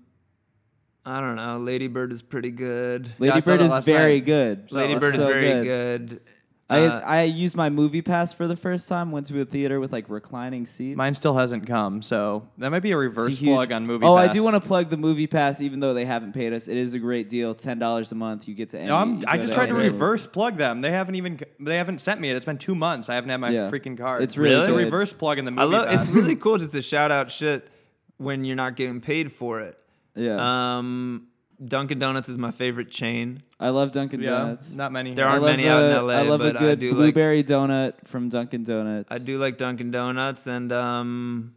Speaker 3: I don't know. Ladybird is pretty good.
Speaker 1: Yeah, I
Speaker 2: Lady
Speaker 1: saw
Speaker 2: Bird
Speaker 1: that
Speaker 2: is
Speaker 1: last
Speaker 2: very
Speaker 1: night.
Speaker 2: good.
Speaker 1: So
Speaker 3: Ladybird
Speaker 1: that's
Speaker 3: is
Speaker 2: so
Speaker 3: very
Speaker 2: good.
Speaker 3: good. Uh,
Speaker 2: I I used my movie pass for the first time. Went to a theater with like reclining seats.
Speaker 1: Mine still hasn't come, so that might be a
Speaker 2: It's a
Speaker 1: reverse
Speaker 2: huge-
Speaker 1: plug on movie.
Speaker 2: Oh, I do want to plug the movie pass, even though they haven't paid us. It is a great deal. Ten dollars a month. You get to. Emmy, you
Speaker 1: I
Speaker 2: go
Speaker 1: just tried to
Speaker 2: Emmy.
Speaker 1: reverse plug them. They haven't even they haven't sent me it. It's been two months. I haven't had my
Speaker 2: Yeah.
Speaker 1: freaking card.
Speaker 2: It's really
Speaker 1: it's a
Speaker 2: good.
Speaker 1: reverse plug in the movie.
Speaker 3: I love.
Speaker 1: pass.
Speaker 3: It's really cool just to shout out shit when you're not getting paid for it.
Speaker 1: Uh,
Speaker 2: Yeah,
Speaker 3: Um, Dunkin' Donuts is my favorite chain.
Speaker 2: I love Dunkin'
Speaker 1: yeah,
Speaker 2: Donuts.
Speaker 1: not many.
Speaker 3: There
Speaker 2: I
Speaker 3: aren't
Speaker 2: love
Speaker 3: many out in
Speaker 2: the-
Speaker 3: LA,
Speaker 2: I love
Speaker 3: but
Speaker 2: a
Speaker 3: I
Speaker 2: good
Speaker 3: do like-
Speaker 2: blueberry donut from Dunkin' Donuts.
Speaker 3: I do like Dunkin' Donuts, and um,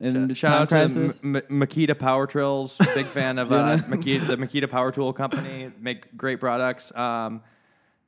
Speaker 2: And
Speaker 1: Shout
Speaker 2: Time
Speaker 1: out
Speaker 2: Crisis.
Speaker 1: to M- M- Makita Power Trills. Big fan of uh,
Speaker 2: Yeah.
Speaker 1: Makita, the Makita Power Tool Company. Make great products. Um,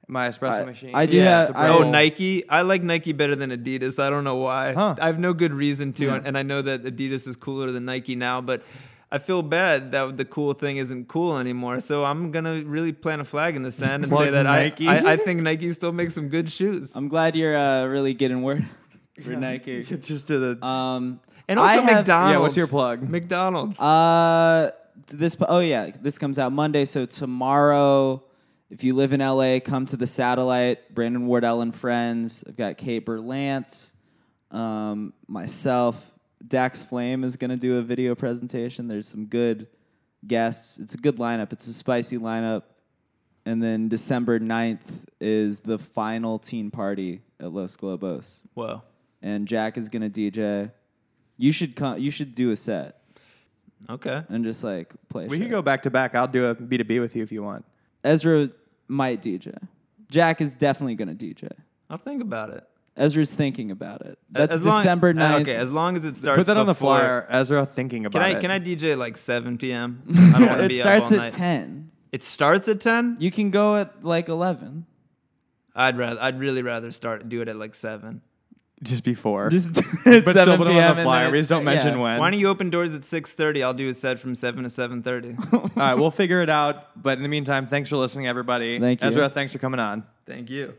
Speaker 1: my espresso
Speaker 2: I-
Speaker 1: machine.
Speaker 2: I do
Speaker 1: Yeah,
Speaker 2: have-
Speaker 1: it's a
Speaker 2: I-
Speaker 1: brand.
Speaker 3: oh, Nike. I like Nike better than Adidas. I don't know why.
Speaker 1: Huh.
Speaker 3: I have no good reason to,
Speaker 1: Yeah.
Speaker 3: and- and I know that Adidas is cooler than Nike now, but I feel bad that the cool thing isn't cool anymore. So I'm gonna really plant a flag in the sand and say
Speaker 1: plug
Speaker 3: that I,
Speaker 1: Nike. Um,
Speaker 3: I, I think Nike still makes some good shoes.
Speaker 2: I'm glad you're uh, really getting word for Nike.
Speaker 1: just to the
Speaker 3: Uh,
Speaker 2: Um,
Speaker 3: And also
Speaker 2: I have-
Speaker 3: McDonald's.
Speaker 1: yeah. What's your plug?
Speaker 3: McDonald's.
Speaker 2: Uh, this. po- Oh yeah, this comes out Monday. So tomorrow, if you live in LA, come to the Satellite. Brandon Wardell and friends. I've got Kate Berlant, um, myself. Dax Flame is gonna do a video presentation. There's some good guests. It's a good lineup. It's a spicy lineup. And then December 9th is the final teen party at Los Globos.
Speaker 3: Whoa.
Speaker 2: And Jack is gonna DJ. You should come you should do a set
Speaker 3: Okay.
Speaker 2: and just like play.
Speaker 1: We
Speaker 2: shit.
Speaker 1: can go back to back. I'll do a B two B with you if you want.
Speaker 2: Ezra might DJ. Jack is definitely gonna DJ.
Speaker 3: I'll think about it.
Speaker 2: Ezra's thinking about it. That's
Speaker 3: As long- uh, Ah,
Speaker 2: December 9th.
Speaker 3: Okay, as long as it starts.
Speaker 1: Put that on the
Speaker 3: before-
Speaker 1: flyer. Ezra thinking about
Speaker 3: Can I
Speaker 1: it.
Speaker 3: can I DJ like 7 p.m.? I don't want to
Speaker 2: it
Speaker 3: be
Speaker 2: starts
Speaker 3: up all
Speaker 2: at
Speaker 3: night.
Speaker 2: ten.
Speaker 3: It starts at 10.
Speaker 2: You can go at like eleven.
Speaker 3: I'd rather I'd really rather start do it at like seven.
Speaker 1: just before?
Speaker 2: Just at
Speaker 1: but
Speaker 2: 7
Speaker 1: still put it on
Speaker 2: PM and
Speaker 1: the
Speaker 2: then
Speaker 1: flyer. We
Speaker 2: it's-
Speaker 1: just don't mention
Speaker 2: yeah.
Speaker 1: when.
Speaker 3: Why don't you open doors at six thirty? I'll do a set from seven to seven thirty.
Speaker 1: All right, we'll figure it out. But in the meantime, thanks for listening, everybody.
Speaker 2: Thank you.
Speaker 1: Ezra, thanks for coming on.
Speaker 3: Thank you.